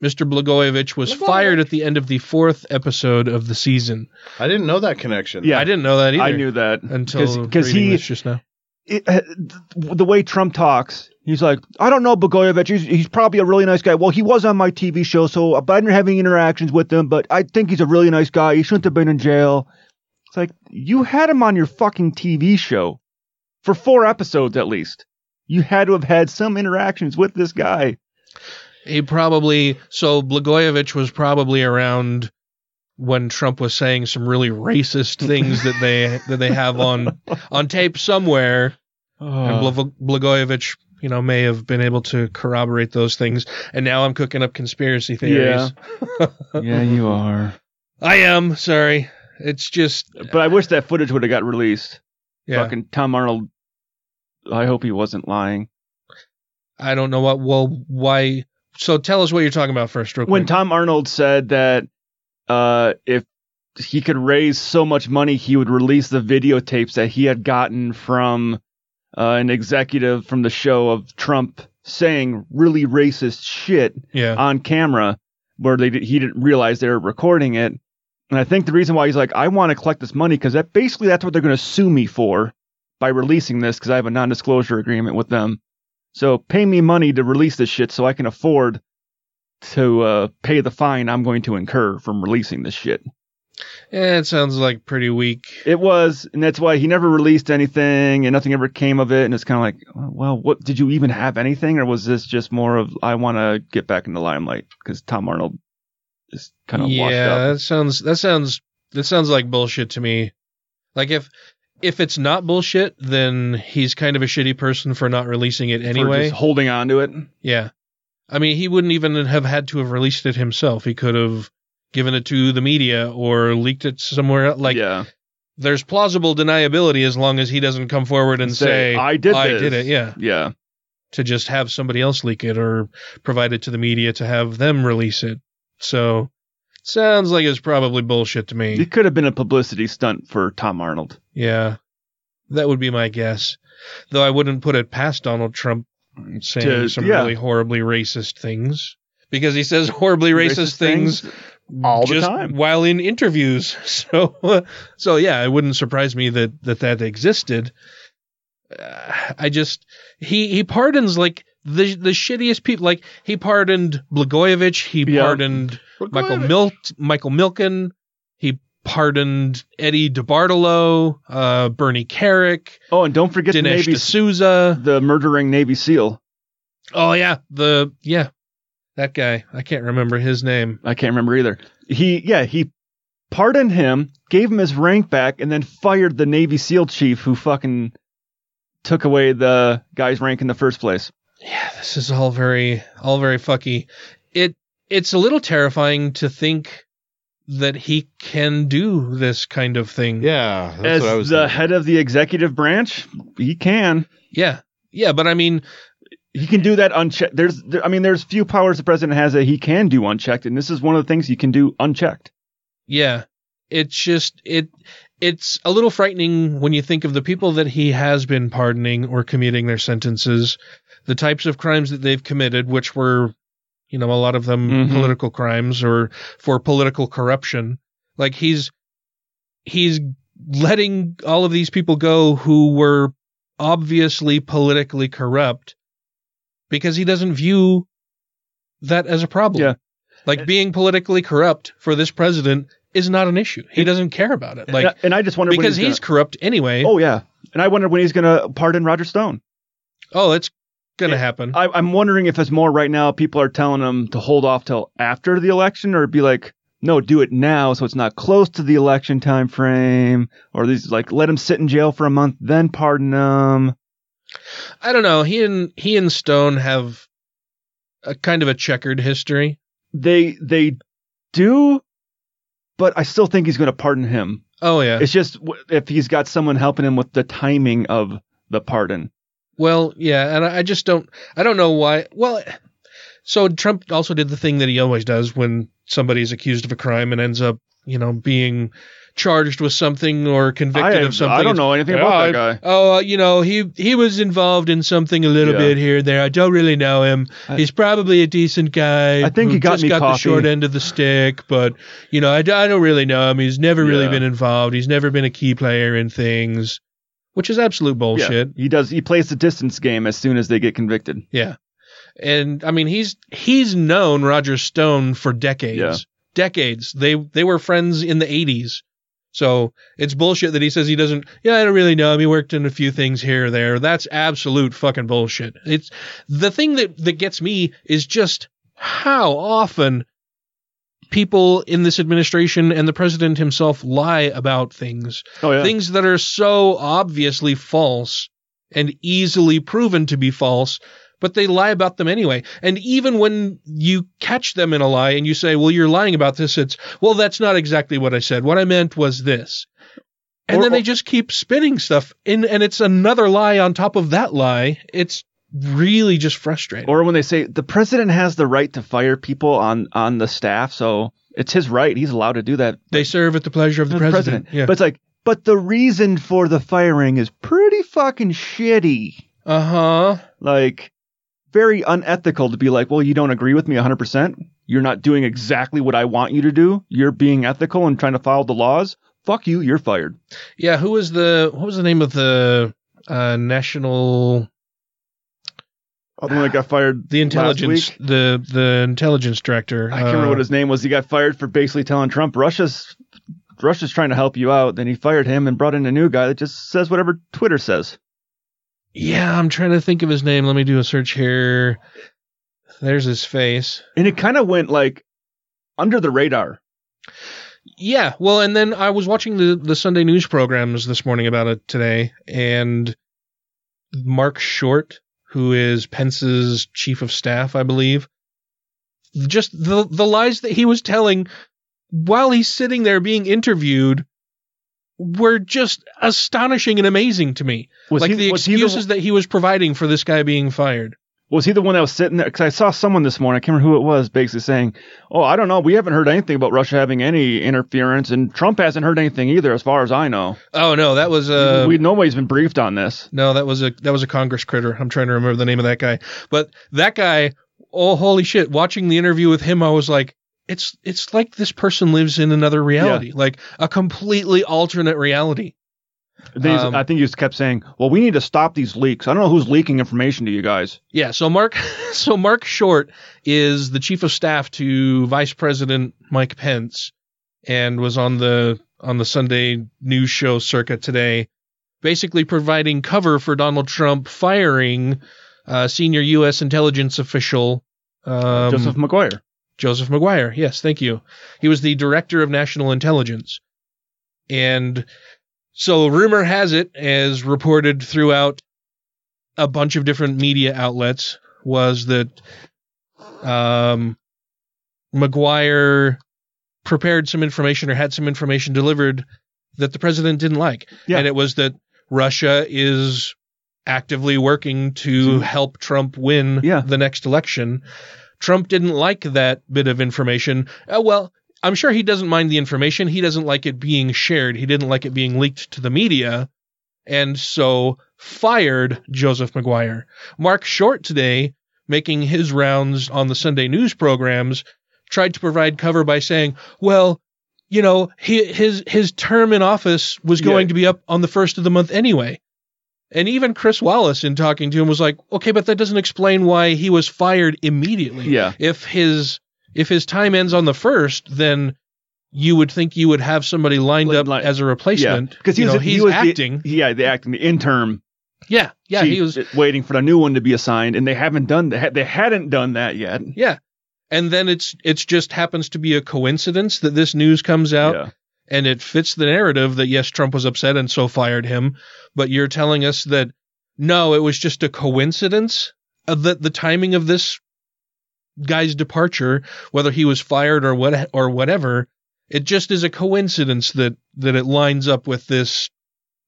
Mr. Blagojevich was fired at the end of the fourth episode of the season.
I didn't know that connection.
I didn't know that either.
I knew that
until
because
reading
he
this just now.
it, uh, th- the way Trump talks, he's like, I don't know Bogoyevich. He's, he's probably a really nice guy. Well, he was on my TV show, so I've been having interactions with him, but I think he's a really nice guy. He shouldn't have been in jail. It's like, you had him on your fucking TV show for four episodes at least. You had to have had some interactions with this guy.
He probably so Blagojevich was probably around when Trump was saying some really racist things that
[laughs]
they that they have on on tape somewhere, and
Oh.
Bla- Blagojevich, you know, may have been able to corroborate those things. And now I'm cooking up conspiracy theories.
yeah,
[laughs]
you are.
I am sorry. It's just
But I wish that footage would have got released.
Yeah.
Fucking Tom Arnold. I hope he wasn't lying.
I don't know what. Well, why? So tell us what you're talking about first, real quick.
when Tom Arnold said that uh, if he could raise so much money, he would release the videotapes that he had gotten from uh, an executive from the show of Trump saying really racist shit
Yeah.
on camera, where they did, he didn't realize they were recording it. And I think the reason why he's like, I want to collect this money because that basically that's what they're going to sue me for by releasing this because I have a non-disclosure agreement with them. So pay me money to release this shit so I can afford to uh, pay the fine I'm going to incur from releasing this shit.
Eh, it sounds like pretty weak.
It was, and that's why he never released anything, and nothing ever came of it. And it's kind of like, well, what did you even have anything, or was this just more of I want to get back in the limelight because Tom Arnold is kind of
yeah,
washed up.
that sounds that sounds that sounds like bullshit to me. Like if if it's not bullshit, then he's kind of a shitty person for not releasing it
for
anyway.
just holding on to it.
yeah. I mean, he wouldn't even have had to have released it himself. He could have given it to the media or leaked it somewhere else. Like
yeah.
there's plausible deniability as long as he doesn't come forward and say,
I did,
I
this."
did it. Yeah.
yeah.
To just have somebody else leak it or provide it to the media to have them release it. So Sounds like it's probably bullshit
[laughs]
to me.
It could have been a publicity stunt for Tom Arnold.
Yeah, that would be my guess. Though I wouldn't put it past Donald Trump saying
To-
some
yeah.
really horribly racist things because he says [laughs] horribly racist,
Racist
things,
things
all
the
just
time.
while in interviews. [laughs] So, so yeah, it wouldn't surprise me that that that existed. Uh, I just he he pardons like the the shittiest people. Like he pardoned Blagojevich. He pardoned Michael Milt Michael Milken. He pardoned Eddie DeBartolo, uh, Bernie Carrick.
Oh, and don't forget the
Dinesh
Navy
D'Souza,
the murdering Navy SEAL.
Oh yeah, the yeah, that guy. I can't remember his name.
I can't remember either. He yeah he pardoned him, gave him his rank back, and then fired the Navy SEAL chief who fucking took away the guy's rank in the first place.
this is all very all very fucky. It it's a little terrifying to think that he can do this kind of thing.
Yeah,
As the head of the executive branch, he can.
Yeah, yeah, but I mean,
he can do that unchecked. There's, there, I mean, there's few powers the president has that he can do unchecked, and this is one of the things he can do unchecked.
Yeah. It's just it it's a little frightening when you think of the people that he has been pardoning or commuting their sentences, the types of crimes that they've committed, which were you know, a lot of them political crimes or for political corruption. Like he's he's letting all of these people go who were obviously politically corrupt because he doesn't view that as a problem. Yeah. Like being politically corrupt for this president is not an issue. He doesn't care about it. Like
and, I, and I just wonder when
because he's,
gonna-
corrupt anyway.
Oh yeah, and I wonder when he's going to pardon Roger Stone.
Oh, it's gonna happen.
Mm-hmm. I, I'm wondering if it's more right now. People are telling him to hold off till after the election, or be like, no, do it now, so it's not close to the election time frame, or these like let him sit in jail for a month, then pardon him.
I don't know. He and he and Stone have a kind of a checkered history.
They they do, but I still think he's going to pardon him.
Oh yeah.
It's just w- if he's got someone helping him with the timing of the pardon.
Well, yeah, and I I just don't I don't know why. Well, so Trump also did the thing that he always does when somebody's accused of a crime and ends up, you know, being charged with something or convicted
I-
of something.
I don't know
It's,
anything about
"Oh,
that
I-
guy."
Oh, uh, you know, he he was involved in something a little
Yeah.
bit here and there. I don't really know him. He's probably a decent guy.
I think
who
he got
just
me
got the
coffee.
short end of the stick, but you know, I, d- I don't really know him. He's never really
Yeah.
been involved. He's never been a key player in things, which is absolute bullshit.
Yeah, he does. He plays the distance game as soon as they get convicted.
Yeah. And I mean he's he's known Roger Stone for decades.
Yeah.
Decades. They they were friends in the 80s. So it's bullshit that he says he doesn't yeah, I don't really know him. He worked in a few things here or there. That's absolute fucking bullshit. It's the thing that that gets me is just how often people in this administration and the president himself lie about things.
Oh, yeah.
Things that are so obviously false and easily proven to be false, but they lie about them anyway. And even when you catch them in a lie and you say, well, you're lying about this, it's, well, that's not exactly what I said. What I meant was this. And
Or-
then they
or-
just keep spinning stuff in, and it's another lie on top of that lie. It's really just frustrating.
Or when they say the president has the right to fire people on on the staff, so it's his right. He's allowed to do that.
They serve at the pleasure of the, president. Yeah.
But it's like, but the reason for the firing is pretty fucking shitty.
Uh huh.
Like, very unethical to be like, well, you don't agree with me 100%. You're not doing exactly what I want you to do. You're being ethical and trying to follow the laws. Fuck you. You're fired.
Yeah, who was the what was the name of the uh, national
Oh, the one that got fired
the intelligence
week?
the the intelligence director? uh,
I can't remember what his name was. He got fired for basically telling Trump Russia's Russia's trying to help you out. Then he fired him and brought in a new guy that just says whatever Twitter says.
Yeah, I'm trying to think of his name. Let me do a search here. There's his face.
And it kind of went like under the radar.
Yeah, well, and then I was watching the the Sunday news programs this morning about it today, and Mark Short, who is Pence's chief of staff, I believe, just the the lies that he was telling while he's sitting there being interviewed were just astonishing and amazing to me.
Was
like
he-
the
was he the
excuses that he was providing for this guy being fired.
was he the one that was sitting there? Because I saw someone this morning, I can't remember who it was, basically saying, "Oh, I don't know. We haven't heard anything about Russia having any interference, and Trump hasn't heard anything either, as far as I know."
Oh no, that was uh,
we nobody's been briefed on this.
No, that was a that was a Congress critter. I'm trying to remember the name of that guy, but that guy. Oh holy shit! Watching the interview with him, I was like, it's it's like this person lives in another reality, like a completely alternate reality.
They,
Um,
I think you just kept saying, "Well, we need to stop these leaks." I don't know who's leaking information to you guys.
Yeah, so Mark [laughs] so Mark Short is the chief of staff to Vice President Mike Pence and was on the on the Sunday news show circa today, basically providing cover for Donald Trump firing uh, senior US intelligence official um,
Joseph McGuire.
Joseph McGuire, yes, thank you. He was the director of national intelligence. And so rumor has it, as reported throughout a bunch of different media outlets, was that um, McGuire prepared some information or had some information delivered that the president didn't like. And it was that Russia is actively working to help Trump win the next election. Trump didn't like that bit of information. Oh, well, I'm sure he doesn't mind the information. He doesn't like it being shared. He didn't like it being leaked to the media. And so fired Joseph McGuire. Mark Short today, making his rounds on the Sunday news programs, tried to provide cover by saying, well, you know, he, his his term in office was going to be up on the first of the month anyway. And even Chris Wallace, in talking to him, was like, "Okay, but that doesn't explain why he was fired immediately.
Yeah.
If his if his time ends on the first, then you would think you would have somebody lined up as a replacement.
because he
You
was,
know,
he
he's
was the-
acting.
yeah, the acting, the interim.
yeah, yeah,
chief
he was.
waiting for the new one to be assigned, and they haven't done that. They hadn't done that yet.
Yeah. And then it's it's just happens to be a coincidence that this news comes out and it fits the narrative that yes, Trump was upset and so fired him, but you're telling us that no, it was just a coincidence of that the timing of this guy's departure, whether he was fired or what or whatever, it just is a coincidence that that it lines up with this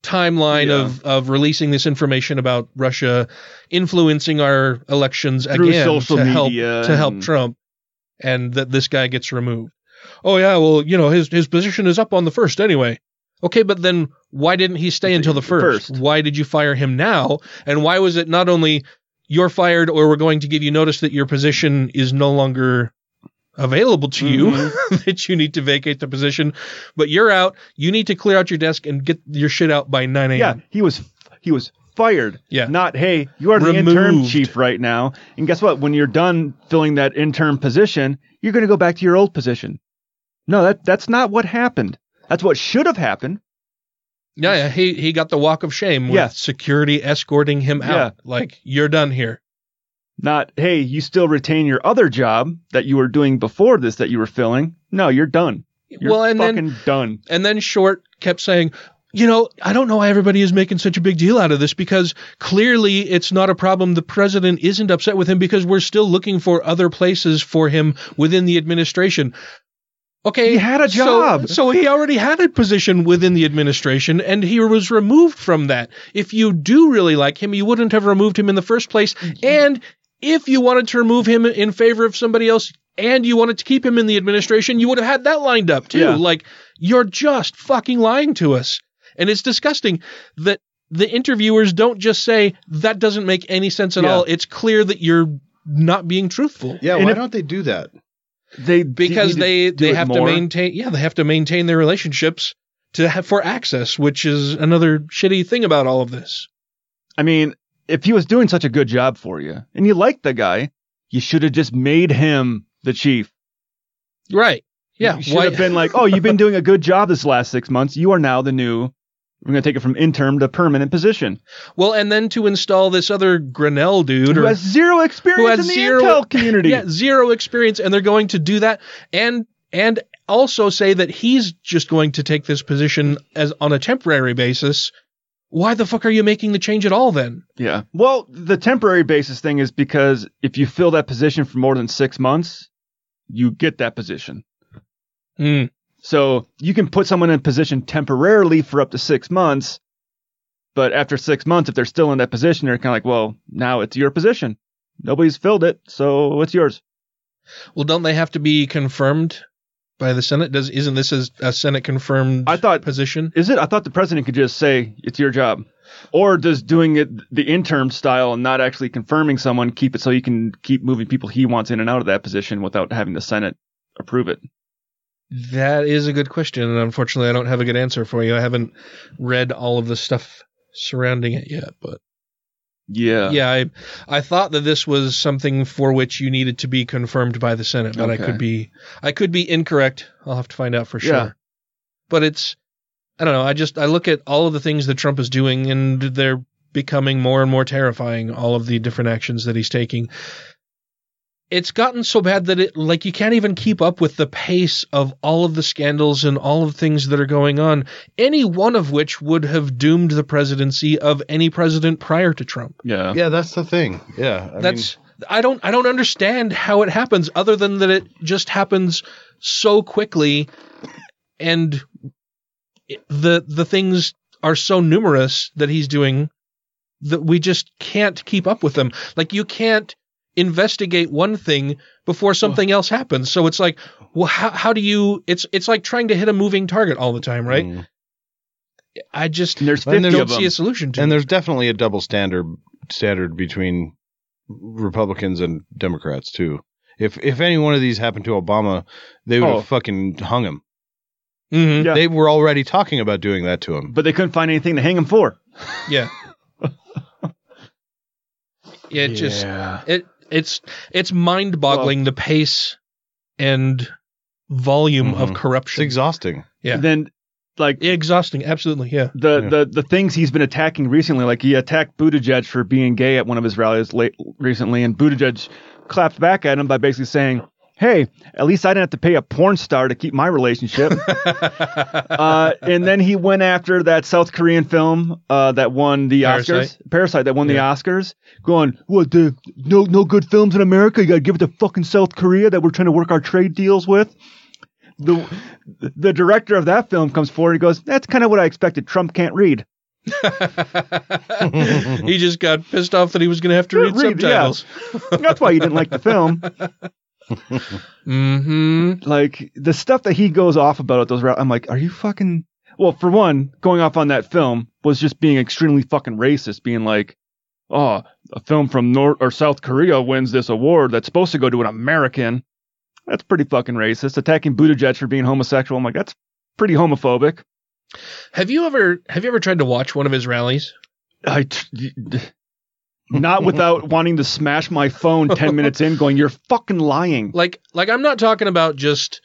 timeline of of releasing this information about Russia influencing our elections
Through
again
social
to
media
help to help
and-
Trump, and that this guy gets removed. Oh yeah, well you know his his position is up on the first anyway. Okay, but then why didn't he stay until the first? Why did you fire him now? And why was it not only you're fired or we're going to give you notice that your position is no longer available to
Mm-hmm.
you [laughs] that you need to vacate the position, but you're out. You need to clear out your desk and get your shit out by 9 a.m.
Yeah, he was he was fired.
Yeah.
Not hey, you are the interim
Removed.
chief right now, and guess what? When you're done filling that interim position, you're going to go back to your old position. No, that that's not what happened. That's what should have happened.
Yeah, yeah, he he got the walk of shame with
Yeah.
security escorting him out.
Yeah.
Like you're done here.
Not hey, you still retain your other job that you were doing before this that you were filling. No, you're done. You're
Well, and then-
fucking done.
And then Short kept saying, you know, I don't know why everybody is making such a big deal out of this because clearly it's not a problem. The president isn't upset with him because we're still looking for other places for him within the administration. Okay. He
had a job.
So, he already had a position within the administration and he was removed from that. If you do really like him, you wouldn't have removed him in the first place.
Mm-hmm.
And if you wanted to remove him in favor of somebody else and you wanted to keep him in the administration, you would have had that lined up too.
Yeah.
Like you're just fucking lying to us. And it's disgusting that the interviewers don't just say that doesn't make any sense at
Yeah.
all. It's clear that you're not being truthful.
Yeah, why don't they do that?
They
because they
do
they
it
have
more.
to maintain yeah they have to maintain their relationships to have for access which is another shitty thing about all of this
I mean, if he was doing such a good job for you and you liked the guy, you should have just made him the chief.
right yeah
You should have been like, oh, you've been doing a good job this last six months. You are now the new. We're going to take it from interim to permanent position.
well and then to install this other Grinnell dude
Who
or
has zero experience in the intel community.
yeah zero experience and they're going to do that and and also say that he's just going to take this position as on a temporary basis why the fuck are you making the change at all then
Yeah. Well, the temporary basis thing is because if you fill that position for more than six months, you get that position.
Hmm.
So you can put someone in a position temporarily for up to six months. But after six months, if they're still in that position, they're kind of like, well, now it's your position. Nobody's filled it, so what's yours?
Well, don't they have to be confirmed by the Senate? Does isn't this a, a Senate confirmed?
I thought position is it? I thought the president could just say it's your job, or does doing it the interim style and not actually confirming someone keep it so you can keep moving people he wants in and out of that position without having the Senate approve it?
That is a good question, and unfortunately, I don't have a good answer for you. I haven't read all of the stuff surrounding it yet, but
yeah,
yeah, I I thought that this was something for which you needed to be confirmed by the Senate, but
Okay.
I could be I could be incorrect. I'll have to find out for sure.
Yeah.
But it's I don't know. I just I look at all of the things that Trump is doing, and they're becoming more and more terrifying. All of the different actions that he's taking. It's gotten so bad that it like you can't even keep up with the pace of all of the scandals and all of the things that are going on. Any one of which would have doomed the presidency of any president prior to Trump.
Yeah.
Yeah, that's the thing. Yeah. I
That's I don't I don't understand how it happens other than that it just happens so quickly and it- the the things are so numerous that he's doing that we just can't keep up with them. Like you can't investigate one thing before something else happens. So it's like well how how do you it's it's like trying to hit a moving target all the time,
Mm.
right? I just
there's
I don't see a solution to it.
And there's definitely a double standard standard between Republicans and Democrats too. If if any one of these happened to Obama, they would
Oh.
have fucking hung him.
Mm-hmm.
They were already talking about doing that to him.
But they couldn't find anything to hang him for.
Yeah.
[laughs]
it just
Yeah.
it it's it's mind boggling the pace and volume
Mm-hmm.
of corruption. It's
exhausting.
Yeah.
Then like
exhausting, absolutely,
[laughs]
yeah. [laughs]
the the the things he's been attacking recently, like he attacked Buttigieg for being gay at one of his rallies late recently, and Buttigieg clapped back at him by basically saying, "Hey, at least I didn't have to pay a porn star to keep my
[laughs]
relationship." uh, and then he went after that South Korean film uh, that won the
Parasite?
Oscars, Parasite, that won the Oscars, going, "What the no no good films in America? You got to give it to fucking South Korea that we're trying to work our trade deals with." the the director of that film comes forward and goes, "That's kind of what I expected. Trump can't read."
he just got pissed off that he was going to have to read,
Read, yeah.
subtitles.
That's why you didn't like the film.
mm-hmm.
Like the stuff that he goes off about at those, rou- I'm like, are you fucking? Well, for one, going off on that film was just being extremely fucking racist, being like, oh, a film from North or South Korea wins this award that's supposed to go to an American. That's pretty fucking racist. Attacking Buttigieg for being homosexual, I'm like, that's pretty homophobic.
Have you ever have you ever tried to watch one of his rallies?
I t- not
[laughs]
without wanting to smash my phone 10 minutes in going you're fucking lying
Like like I'm not talking about just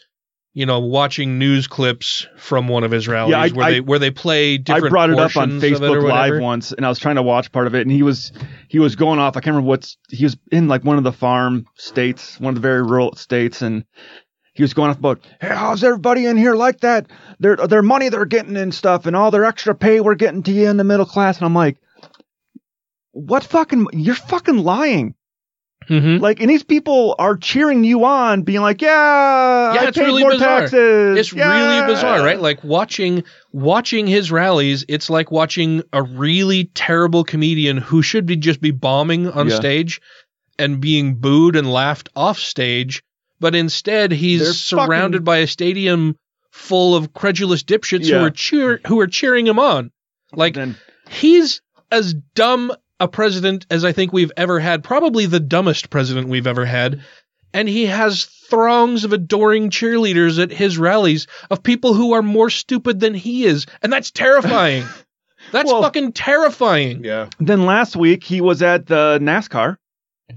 you know watching news clips from one of his rallies
I-
where
I-
they where they play
i
different
brought it up on
portions of it
facebook
or
live
whatever.
once and i was trying to watch part of it and he was he was going off i can't remember what's he was in like one of the farm states one of the very rural states and he was going off about hey how's everybody in here like that their their money they're getting and stuff and all their extra pay we're getting to you in the middle class and i'm like what fucking you're fucking lying
Mm-hmm.
Like, and these people are cheering you on, being like, "Yeah,
yeah,
Uh, I
it's
paid
really
more
bizarre.
taxes."
It's
Yeah."
really bizarre, right? Like watching watching his rallies, it's like watching a really terrible comedian who should be just be bombing on
Yeah.
stage and being booed and laughed off stage, but instead he's
They're
surrounded by a stadium full of credulous dipshits
Yeah.
who are cheer who are cheering him on. Like he's as dumb a president as I think we've ever had, probably the dumbest president we've ever had. And he has throngs of adoring cheerleaders at his rallies of people who are more stupid than he is. And that's [laughs] terrifying. that's fucking terrifying.
Yeah.
Then last week he was at the NASCAR,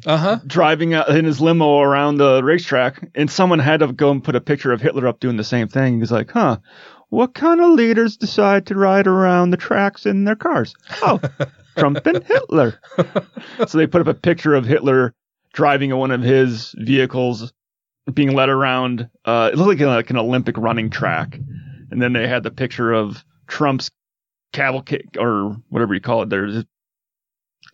uh huh,
driving uh, in his limo around the racetrack, and someone had to go and put a picture of Hitler up doing the same thing. He's like, "Huh, what kind of leaders decide to ride around the tracks in their cars?" Oh, Trump and Hitler. so they put up a picture of Hitler driving in one of his vehicles, being led around. Uh, it looked like, like an Olympic running track, and then they had the picture of Trump's cavalcade or whatever you call it. There's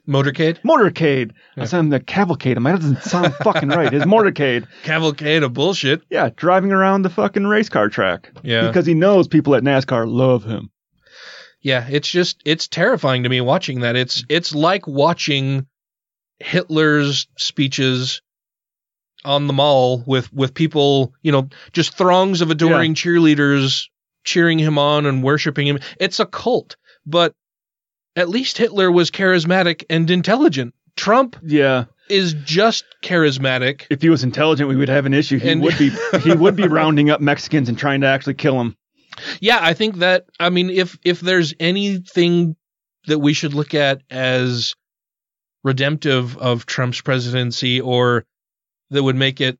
motorcade.
Motorcade. I said him the cavalcade. I'm like, that doesn't sound fucking right. His motorcade.
Cavalcade of bullshit.
Yeah, driving around the fucking race car track.
Yeah.
Because he knows people at NASCAR love him.
Yeah, it's just it's terrifying to me watching that. It's it's like watching Hitler's speeches on the mall with with people, you know, just throngs of adoring cheerleaders cheering him on and worshiping him. It's a cult, but at least Hitler was charismatic and intelligent. Trump
yeah.
is just charismatic.
If he was intelligent, we would have an issue. He
And-
would be he would
[laughs]
be rounding up Mexicans and trying to actually kill them.
Yeah, I think that I mean if if there's anything that we should look at as redemptive of Trump's presidency or that would make it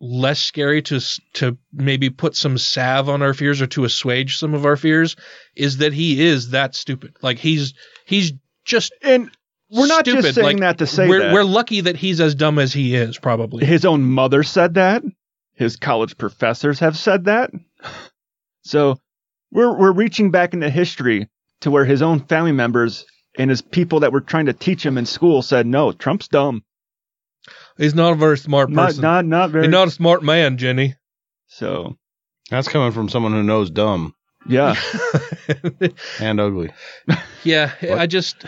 less scary to s- to maybe put some salve on our fears or to assuage some of our fears is that he is that stupid. Like he's he's just
and we're not just
stupid.
saying
like,
that to say
we're,
that.
we're lucky that he's as dumb as he is probably.
His own mother said that. His college professors have said that. So we're we're reaching back into history to where his own family members and his people that were trying to teach him in school said, "No, Trump's dumb.
He's not a very smart
Not-
person.
not- not very-
He's not a smart
[laughs]
man, Jenny.
So
that's coming from someone who knows dumb.
Yeah.
and ugly.
Yeah, I just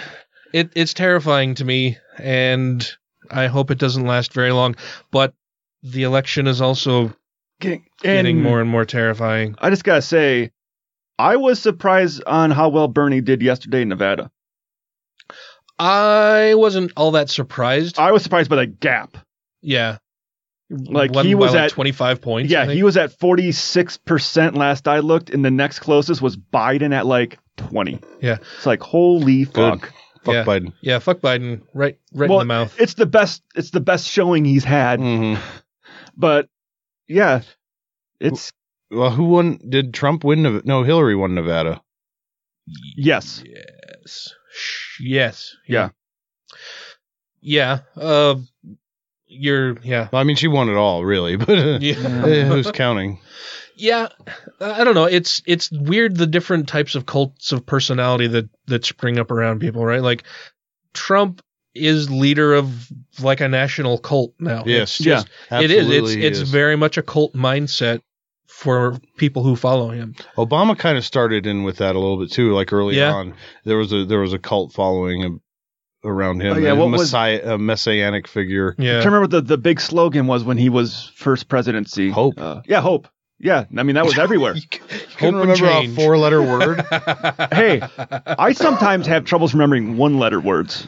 it it's terrifying to me, and I hope it doesn't last very long. But the election is also
Getting,
getting more and more terrifying.
I just gotta say, I was surprised on how well Bernie did yesterday in Nevada.
I wasn't all that surprised.
I was surprised by the gap.
Uh, Yeah,
Like
Won
he
by
was
like
at
25 points. I
Yeah,
think.
he was at forty six percent last I looked, and the next closest was Biden at like twenty.
Yeah,
it's like holy fuck.
Fuck Biden.
Yeah, fuck Biden. Right, right
Well,
in the mouth. Mm.
It's the best. It's the best showing he's had.
Mm-hmm.
But yeah, it's
well. Who won? Did Trump win? Nev- No, Hillary won Nevada.
Yes.
Yes. Yes.
Yeah.
Yeah. Uh, you're.
[laughs]
Yeah.
Well, I mean, she won it all, really. [laughs] But
Yeah.
eh, who's counting?
Yeah, I I don't know. It's it's weird the different types of cults of personality that that spring up around people, right? Like Trump is leader of like a national cult now.
Yes.
It's just,
Yeah,
it is. It's
absolutely
it's
is.
very much a cult mindset for people who follow him.
Obama kind of started in with that a little bit too, like early
Yeah.
on. There was a there was a cult following um, around him.
Oh, yeah,
a
what was-
messiah, a messianic figure.
I can't remember what the, the big slogan was when he was first presidency. Hope. yeah, hope. Yeah, I mean that was
[laughs]
everywhere.
Couldn't remember a four letter word.
hey, I sometimes have troubles remembering one letter words.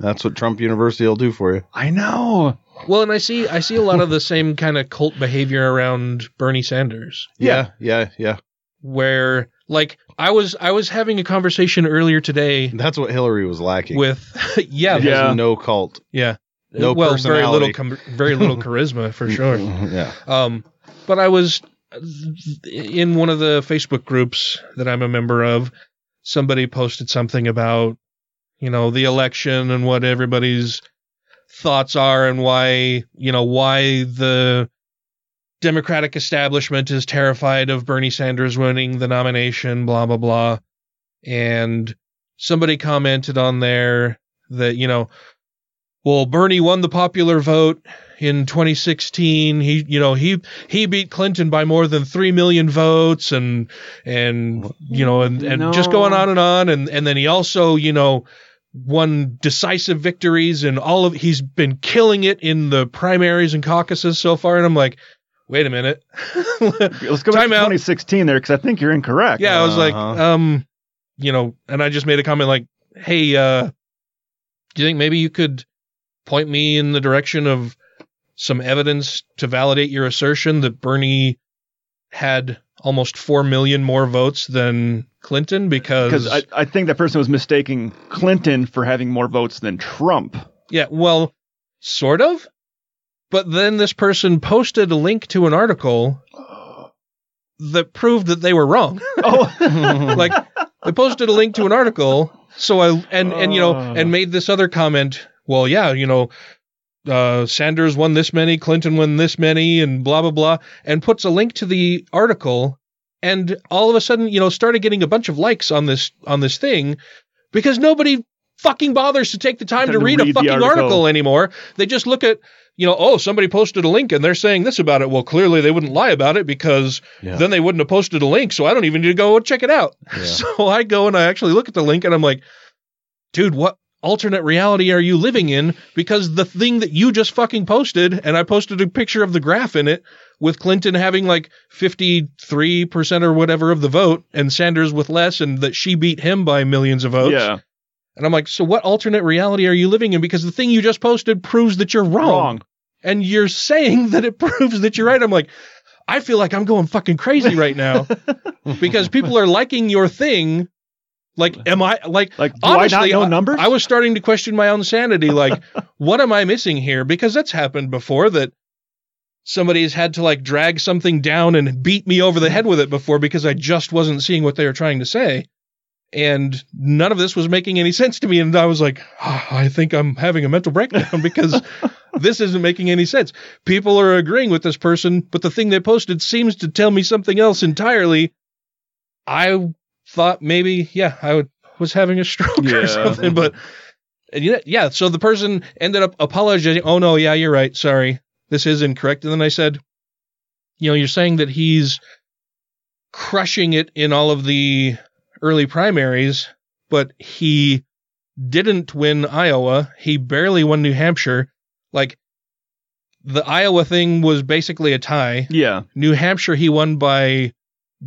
That's what Trump University will do for you.
I know.
Well, and I see I see a lot of the same kind of cult behavior around Bernie Sanders.
Yeah, yeah, yeah.
Where like I was I was having a conversation earlier today.
That's what Hillary was lacking.
With [laughs] yeah,
It has no cult.
Yeah.
No
well, very little,
personality. Mm-hmm.
com- very
[laughs]
little charisma for sure.
Yeah.
Um, but I was in one of the Facebook groups that I'm a member of. Somebody posted something about, you know, the election and what everybody's thoughts are and why, you know, why the Democratic establishment is terrified of Bernie Sanders winning the nomination, blah, blah, blah. And somebody commented on there that, you know, well, Bernie won the popular vote in 2016. He, you know, he he beat Clinton by more than three million votes, and and you know, and and just
No.
going on and on, and and then he also, you know, won decisive victories and all of. He's been killing it in the primaries and caucuses so far, and I'm like, wait a minute, [laughs]
Let's go back to 2016 there because I think you're incorrect.
yeah, I was like,
Uh-huh.
um, you know, and I just made a comment like, hey, uh, do you think maybe you could point me in the direction of some evidence to validate your assertion that Bernie had almost 4 million more votes than Clinton? Because,
because I, I think that person was mistaking Clinton for having more votes than Trump.
yeah, well, sort of. But then this person posted a link to an article that proved that they were wrong.
[laughs] Oh,
[laughs] like they posted a link to an article. So I and and you know and made this other comment. Well, yeah, you know, uh, Sanders won this many, Clinton won this many, and blah blah blah, and puts a link to the article, and all of a sudden, you know, started getting a bunch of likes on this on this thing because nobody fucking bothers to take the time to
to
read, a
read the
fucking article.
article.
anymore. They just look at you know, oh, somebody posted a link and they're saying this about it. Well, clearly they wouldn't lie about it because
Yeah.
then they wouldn't have posted a link. So I [laughs] don't even need to go check it out. So I go and I actually look at the link and I'm like, dude, what? alternate reality are you living in? Because the thing that you just fucking posted, and I posted a picture of the graph in it with Clinton having like 53% or whatever of the vote and Sanders with less, and that she beat him by millions of votes.
Yeah.
And I'm like, so what alternate reality are you living in? Because the thing you just posted proves that you're wrong. And you're saying [laughs] that it proves that you're right. I'm like, I feel like I'm going fucking crazy right
[laughs]
now because people are liking your thing. Like, am I like, like
I not know
numbers? I, was starting to question my own sanity.
[laughs]
Like, what am I missing here? Because that's happened before that somebody's had to like drag something down and beat me over the head with it before because I just wasn't seeing what they were trying to say. And none of this was making any sense to me. And I was like, "Ah, I think I'm having a mental
[laughs]
breakdown because this isn't making any sense. People are agreeing with this person, but the thing they posted seems to tell me something else entirely. I thought maybe, yeah, I would, was having a [laughs] stroke
Yeah.
or something, but and yeah, yeah, so the person ended up apologizing. Oh no, yeah, you're right. Sorry, this is incorrect. And then I said, you know, you're saying that he's crushing it in all of the early primaries, but he didn't win Iowa. He barely won New Hampshire. Like the Iowa thing was basically a tie.
Yeah.
New Hampshire he won by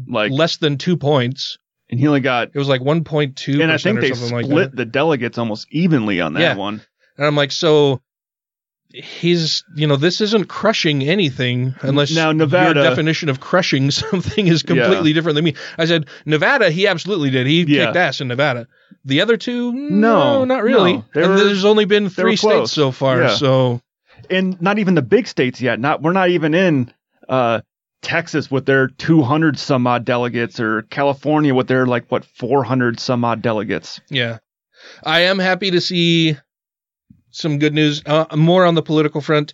like
less than two points.
And he only got
it was like one point two
and I think
or
they
something
split
like that.
the delegates almost evenly on that
Yeah.
one.
And I'm like, so he's, you know, this isn't crushing anything unless
Now, Nevada-
your definition of crushing [laughs] something is completely different than me. I said, Nevada, he absolutely did. He
Yeah.
kicked ass in Nevada. The other two,
No,
no, not really.
no. They
and
were-
there's only been
They were
three states
close.
so far.
Yeah.
So
and not even the big states yet. Not we're not even in uh, Texas with their 200 some odd delegates, or California with their like what 400 some odd delegates.
Yeah. I am happy to see some good news. Uh, more on the political front.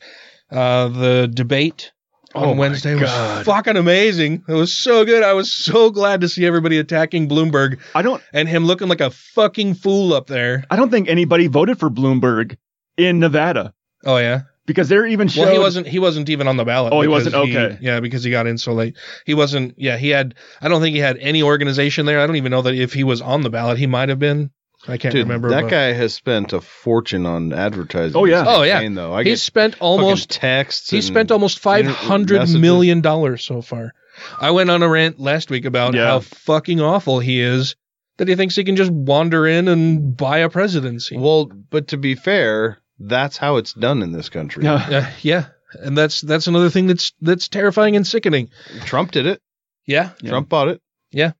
Uh, the debate on
Oh my
Wednesday was
God.
fucking amazing. It was so good. I was so glad to see everybody attacking Bloomberg.
I don't
and him looking like a fucking fool up there.
I don't think anybody voted for Bloomberg in Nevada.
Oh yeah,
because they're even showed,
Well, he wasn't. He wasn't even on the ballot.
Oh, he
because
wasn't? Okay.
yeah, because he got in so late. He wasn't. Yeah, he had. I don't think he had any organization there. I don't even know that if he was on the ballot, he might have been. I can't
Dude,
remember.
That
but-
guy has spent a fortune on advertising.
Oh, yeah.
this
Oh, yeah.
campaign, Though I
He
get
spent
fucking
almost-
texts.
He
and
spent almost five
inter-
hundred
messages.
million dollars so far. I went on a rant last week about how fucking awful he is that he thinks he can just wander in and buy a presidency.
Well, but to be fair, that's how it's done in this country.
yeah, Uh, yeah, and that's that's another thing that's that's terrifying and sickening.
Trump did it.
Yeah,
Trump bought it.
Yeah,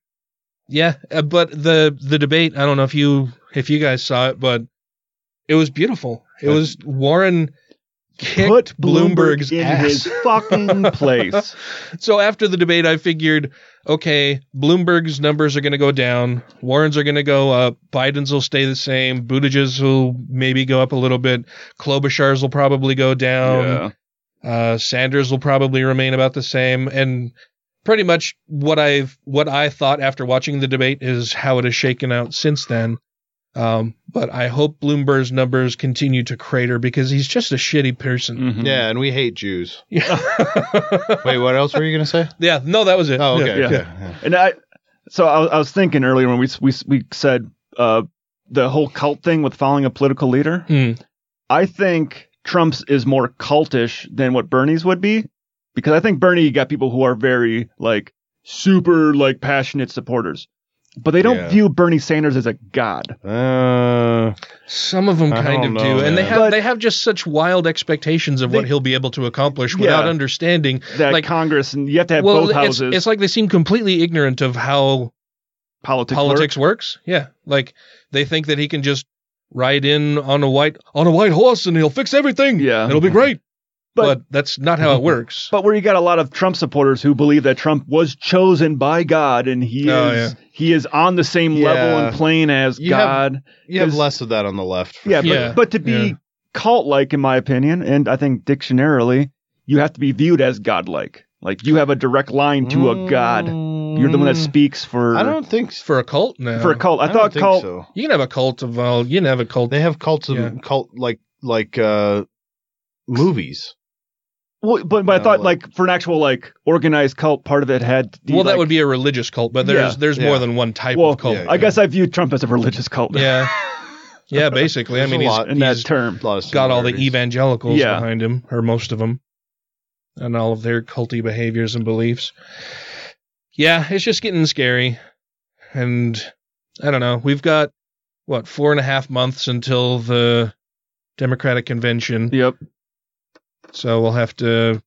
yeah. Uh, but the the debate, I don't know if you if you guys saw it, but it was beautiful. It was Warren kicked Bloomberg's
in
ass.
his
[laughs]
fucking place.
so after the debate, I figured, okay, Bloomberg's numbers are going to go down, Warren's are going to go up, Biden's will stay the same, Buttigieg's will maybe go up a little bit, Klobuchar's will probably go down, uh, Sanders will probably remain about the same, and pretty much what I've what I thought after watching the debate is how it has shaken out since then. Um, but I hope Bloomberg's numbers continue to crater because he's just a shitty person.
Mm-hmm.
Yeah, and we hate Jews. Wait, what else were you gonna
[laughs]
say?
[laughs] Yeah, no, that was it.
Oh, okay.
Yeah.
okay.
And I, so I, was- I was thinking earlier when we s- we s- we said uh, the whole cult thing with following a political leader.
Hmm.
I think Trump's is more cultish than what Bernie's would be, because I think Bernie you got people who are very like super like passionate supporters, but they don't
Yeah.
view Bernie Sanders as a god.
Uh,
Some of them kind of do, and they have they have just such wild expectations of what
They-
he'll be able to accomplish
Yeah.
without understanding
that
like
Congress and you have to have
well,
both
it's,
houses.
It's like they seem completely ignorant of how
politics
politics works. Yeah, like they think that he can just ride in on a white on a white horse and he'll fix everything. Yeah, it'll
[laughs]
be great. But, that's not how it works.
But where you got a lot of Trump supporters who believe that Trump was chosen by God and he
Oh,
is he is on the same level
Yeah.
and plane as
You have-
God.
you have
is-
less of that on the left. for
Yeah,
sure.
but, but to be
Yeah.
cult like in my opinion, and I think dictionarily, you have to be viewed as godlike. Like you have a direct line to a god. You're the one that speaks for
Mm. I don't think
for a cult now.
For a cult. I
I don't
thought
think
cult-
so.
You can have a cult of all. You can have a cult.
They have cults of cult like like uh movies.
Well, but, but I thought like, for an actual like organized cult, part of it had
Well, that would be a religious cult, but there's
Yeah.
there's
Yeah.
more than one type
Well,
of cult.
[laughs] I guess I viewed Trump as a religious cult.
Yeah. Yeah, basically. I
There's
mean,
a
he's,
lot in that
he's
term.
got all the evangelicals
Yeah.
behind him, or most of them, and all of their culty behaviors and beliefs. Yeah, it's just getting scary. And I don't know. We've got, what, four and a half months until the Democratic convention.
Yep.
So we'll have to.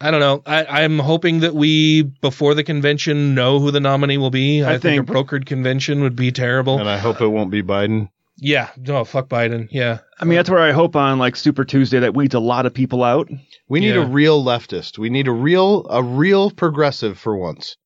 I don't know. I, I'm hoping that we, before the convention, know who the nominee will be. I,
I
think,
think-
a brokered convention would be terrible.
And I hope it won't be Biden.
Yeah. No, fuck Biden. Yeah.
I mean, that's where I hope on like Super Tuesday that weeds a lot of people out.
We need a
Yeah.
real leftist. We need a real a real progressive for once.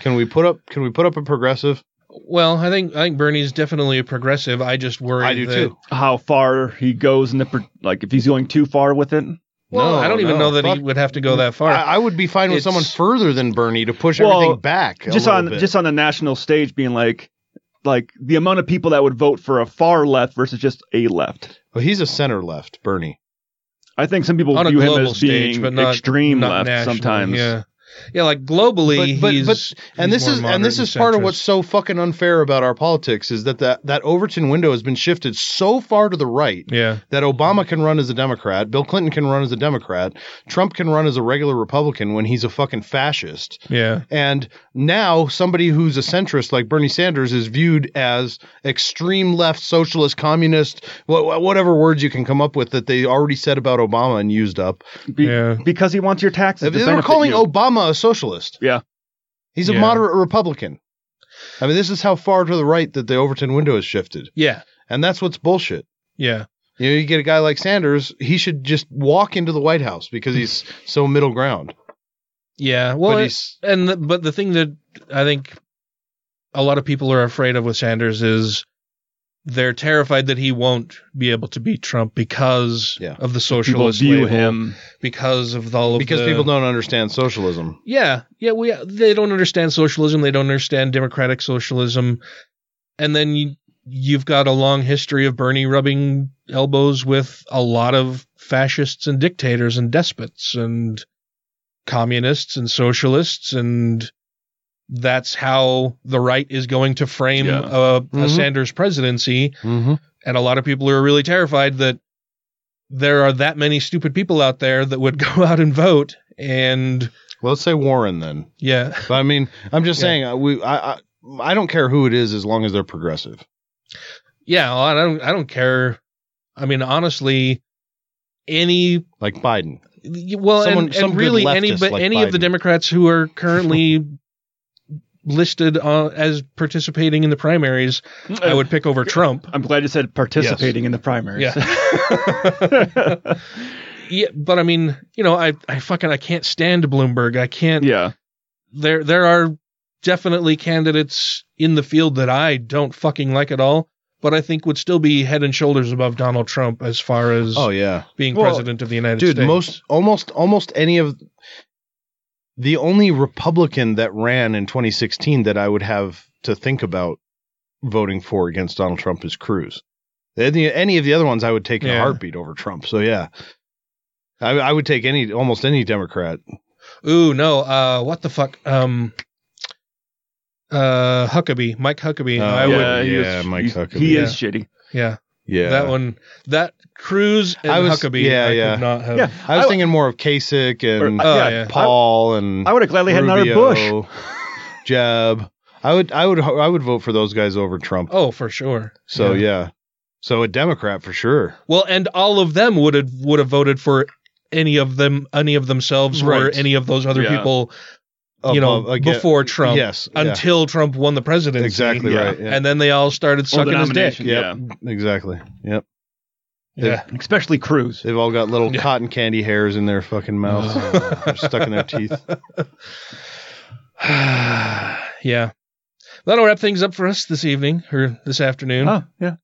Can we put up can we put up a progressive?
Well, I think I think Bernie's definitely a progressive. I just worry. that,
How far he goes in the pro- like if he's going too far with it.
no, I don't even know that he would have to go that far.
I, I would be fine with
It's-
someone further than Bernie to push
Well,
everything back. a
Just
little
on
bit.
just on the national stage, being like like the amount of people that would vote for a far left versus just a left.
Well, he's a center left, Bernie.
I think some people
on a
view him
global
as being
stage, but not
extreme
not
left
nationally,
sometimes.
Yeah, yeah, like globally, he's
and
he's
this
more
is and this
moderate
is part of
centrist.
what's so fucking unfair about our politics is that that, that Overton window has been shifted so far to the right
Yeah.
that Obama can run as a Democrat, Bill Clinton can run as a Democrat, Trump can run as a regular Republican when he's a fucking fascist.
Yeah.
And now somebody who's a centrist like Bernie Sanders is viewed as extreme left, socialist, communist, wh- wh- whatever words you can come up with that they already said about Obama and used up.
yeah.
Because he wants your taxes. to
They were
benefit
calling
you.
Obama a socialist.
Yeah.
He's a
Yeah.
moderate Republican. I mean, this is how far to the right that the Overton window has shifted.
Yeah.
And that's what's bullshit.
Yeah.
You know, you get a guy like Sanders, he should just walk into the White House because he's so middle ground.
Yeah, well,
But
it-
he's-
and the, but the thing that I think a lot of people are afraid of with Sanders is they're terrified that he won't be able to beat Trump because of the socialist
view
label,
him-
because of all of
Because
the-
people don't understand socialism.
Yeah, yeah, we they don't understand socialism, they don't understand democratic socialism, and then you, you've got a long history of Bernie rubbing elbows with a lot of fascists and dictators and despots and communists and socialists and that's how the right is going to frame
Yeah.
a, a
Mhm.
Sanders presidency
Mm-hmm.
and a lot of people are really terrified that there are that many stupid people out there that would [laughs] go out and vote and
Well, let's say Warren then.
yeah
But I mean, I'm just
Yeah.
saying, uh, we, I, I, I don't care who it is as long as they're progressive.
yeah well, i don't i don't care i mean honestly any
like Biden
well
Someone-
and,
some
and
good
really
leftist
any but
like
any of the
Biden.
democrats who are currently [laughs] listed uh, as participating in the primaries i would pick over trump
I'm glad you said participating in the primaries.
[laughs]
Yeah. [laughs] yeah, but I mean, you know, I I fucking I can't stand Bloomberg. I
[laughs]
can't.
Yeah.
There there are definitely candidates in the field that I don't fucking like at all, but I think would still be head and shoulders above Donald Trump as far as
Oh, yeah.
being
Well,
president of the United
Dude,
States.
most almost almost any of the only Republican that ran in 2016 that I would have to think about voting for against Donald Trump is Cruz. Any, any of the other ones I would take in a
Yeah.
heartbeat over Trump. So yeah, I, I would take any almost any Democrat.
Ooh no, uh what the fuck? Um uh Huckabee, Mike Huckabee.
Oh,
I
yeah,
would
he is- Yeah, Mike he- Huckabee. he is shitty.
Yeah.
Yeah.
That one that Cruz and
I was
Huckabee
yeah
I
yeah.
could not have
I was thinking more of Kasich and
uh,
Or- Oh, yeah. yeah.
Paul and
I would've gladly had another
Rubio, [laughs] Jeb. I would I would I would vote for those guys over Trump.
Oh, for sure.
So
Yeah.
yeah. So a Democrat for sure.
Well, and all of them would have would have voted for any of them, any of themselves, or
Right.
any of those other
Yeah.
people. You know,
Above- again-
before Trump,
yes, yeah.
until Trump won the presidency,
Exactly Yeah. right, yeah.
and then they all started
Or the
sucking his dick.
nomination, Yep, Exactly. Yep.
Yeah.
Especially Cruz.
They've all got little cotton candy hairs in their fucking mouths.
Oh.
[laughs] They're stuck in their teeth.
[sighs] yeah. That'll wrap things up for us this evening or this afternoon.
Oh, yeah.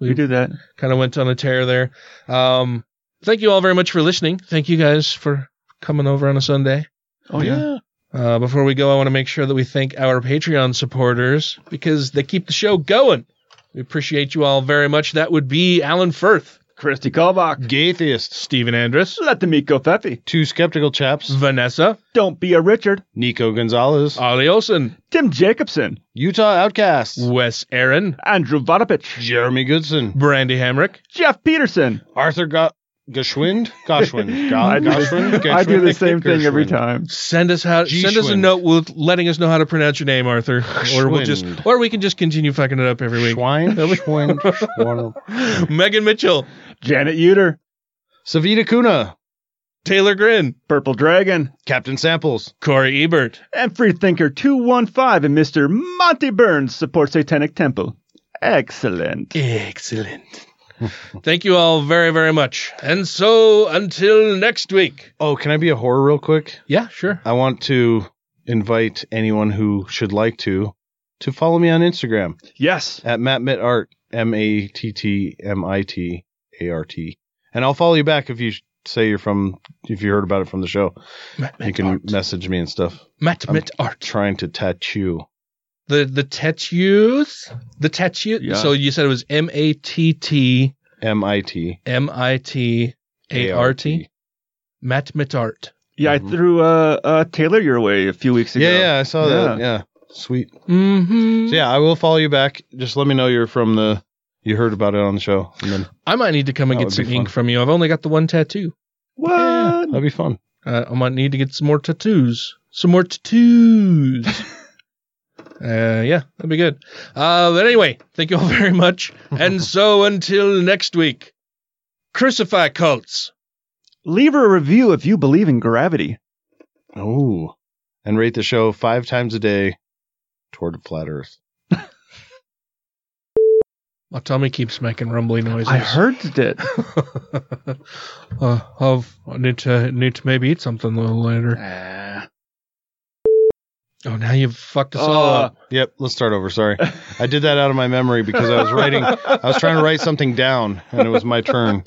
We,
do that.
Kind of went on a tear there. Um, thank you all very much for listening. Thank you guys for coming over on a Sunday.
Oh, yeah.
Uh, before we go, I want to make sure that we thank our Patreon supporters because they keep the show going. We appreciate you all very much. That would be Alan Firth,
Christy Kalbach.
Gaytheist.
Stephen Andrus.
Let the meat go Feffy.
Two Skeptical Chaps.
Vanessa.
Don't be a Richard.
Nico Gonzalez.
Uh,
Ollie Olson.
Tim Jacobson.
Utah Outcasts.
Wes Aaron.
Andrew Vodopich.
Jeremy Goodson.
Brandy Hamrick.
Jeff Peterson.
Arthur Go- Goshwind?
[laughs]
Goshwind. Go-
I do-
Goshwind?
I do the
Goshwind?
same thing every
Gershwin.
time.
Send us how. Send us a
Geschwind.
note with letting us know how to pronounce your name, [laughs] Arthur, or we'll just,
Geschwind.
or we can just continue fucking it up every week.
[laughs]
Schwein? Schwein?
[laughs]
Schwarnel.
Megan Mitchell,
Janet Uter.
Savita Kuna.
Taylor Grin,
Purple Dragon.
Captain Samples.
Corey Ebert,
And Freethinker215 and Mr. Monty Burns support Satanic Temple. Excellent.
excellent. [laughs] Thank you all very very much. And so until next week.
Oh, can I be a horror real quick?
Yeah, sure.
I want to invite anyone who should like to to follow me on Instagram
Yes.
at mattmitart m a t t m i t a r t, and I'll follow you back if you sh- say you're from if you heard about it from the show. You can message me and stuff.
Matt
I'm
Mit Art.
Trying to tattoo.
The the tattoos. The tattoos.
Yeah.
So you said it was M A T T
M I T
M I T A R T. Matt Mitart.
Yeah, I threw uh, uh, Taylor your way a few weeks ago.
Mm-hmm. Yeah, yeah, I saw that. Yeah, sweet.
Mm-hmm.
So yeah, I will follow you back. Just let me know you're from the you heard about it on the show, and then
I might need to come and
That
get
would
some
be
ink
fun.
from you. I've only got the one tattoo.
What?
that'd be fun.
Uh, I might need to get some more tattoos. Some more
[laughs]
tattoos. uh, yeah, that'd be good. Uh, but anyway, thank you all [laughs] very much. and so until next week, crucify cults.
Leave her a review if you believe in gravity.
Oh, and rate the show five times a day toward flat Earth.
My tummy keeps making rumbly noises.
I heard it.
[laughs] uh, I've, I need to need to maybe eat something a little later.
Ah.
Oh, now you've fucked us
Oh.
all
Uh,
up.
Yep, let's start over. Sorry, I did that out of my memory because I was writing. I was trying to write something down, and it was my turn.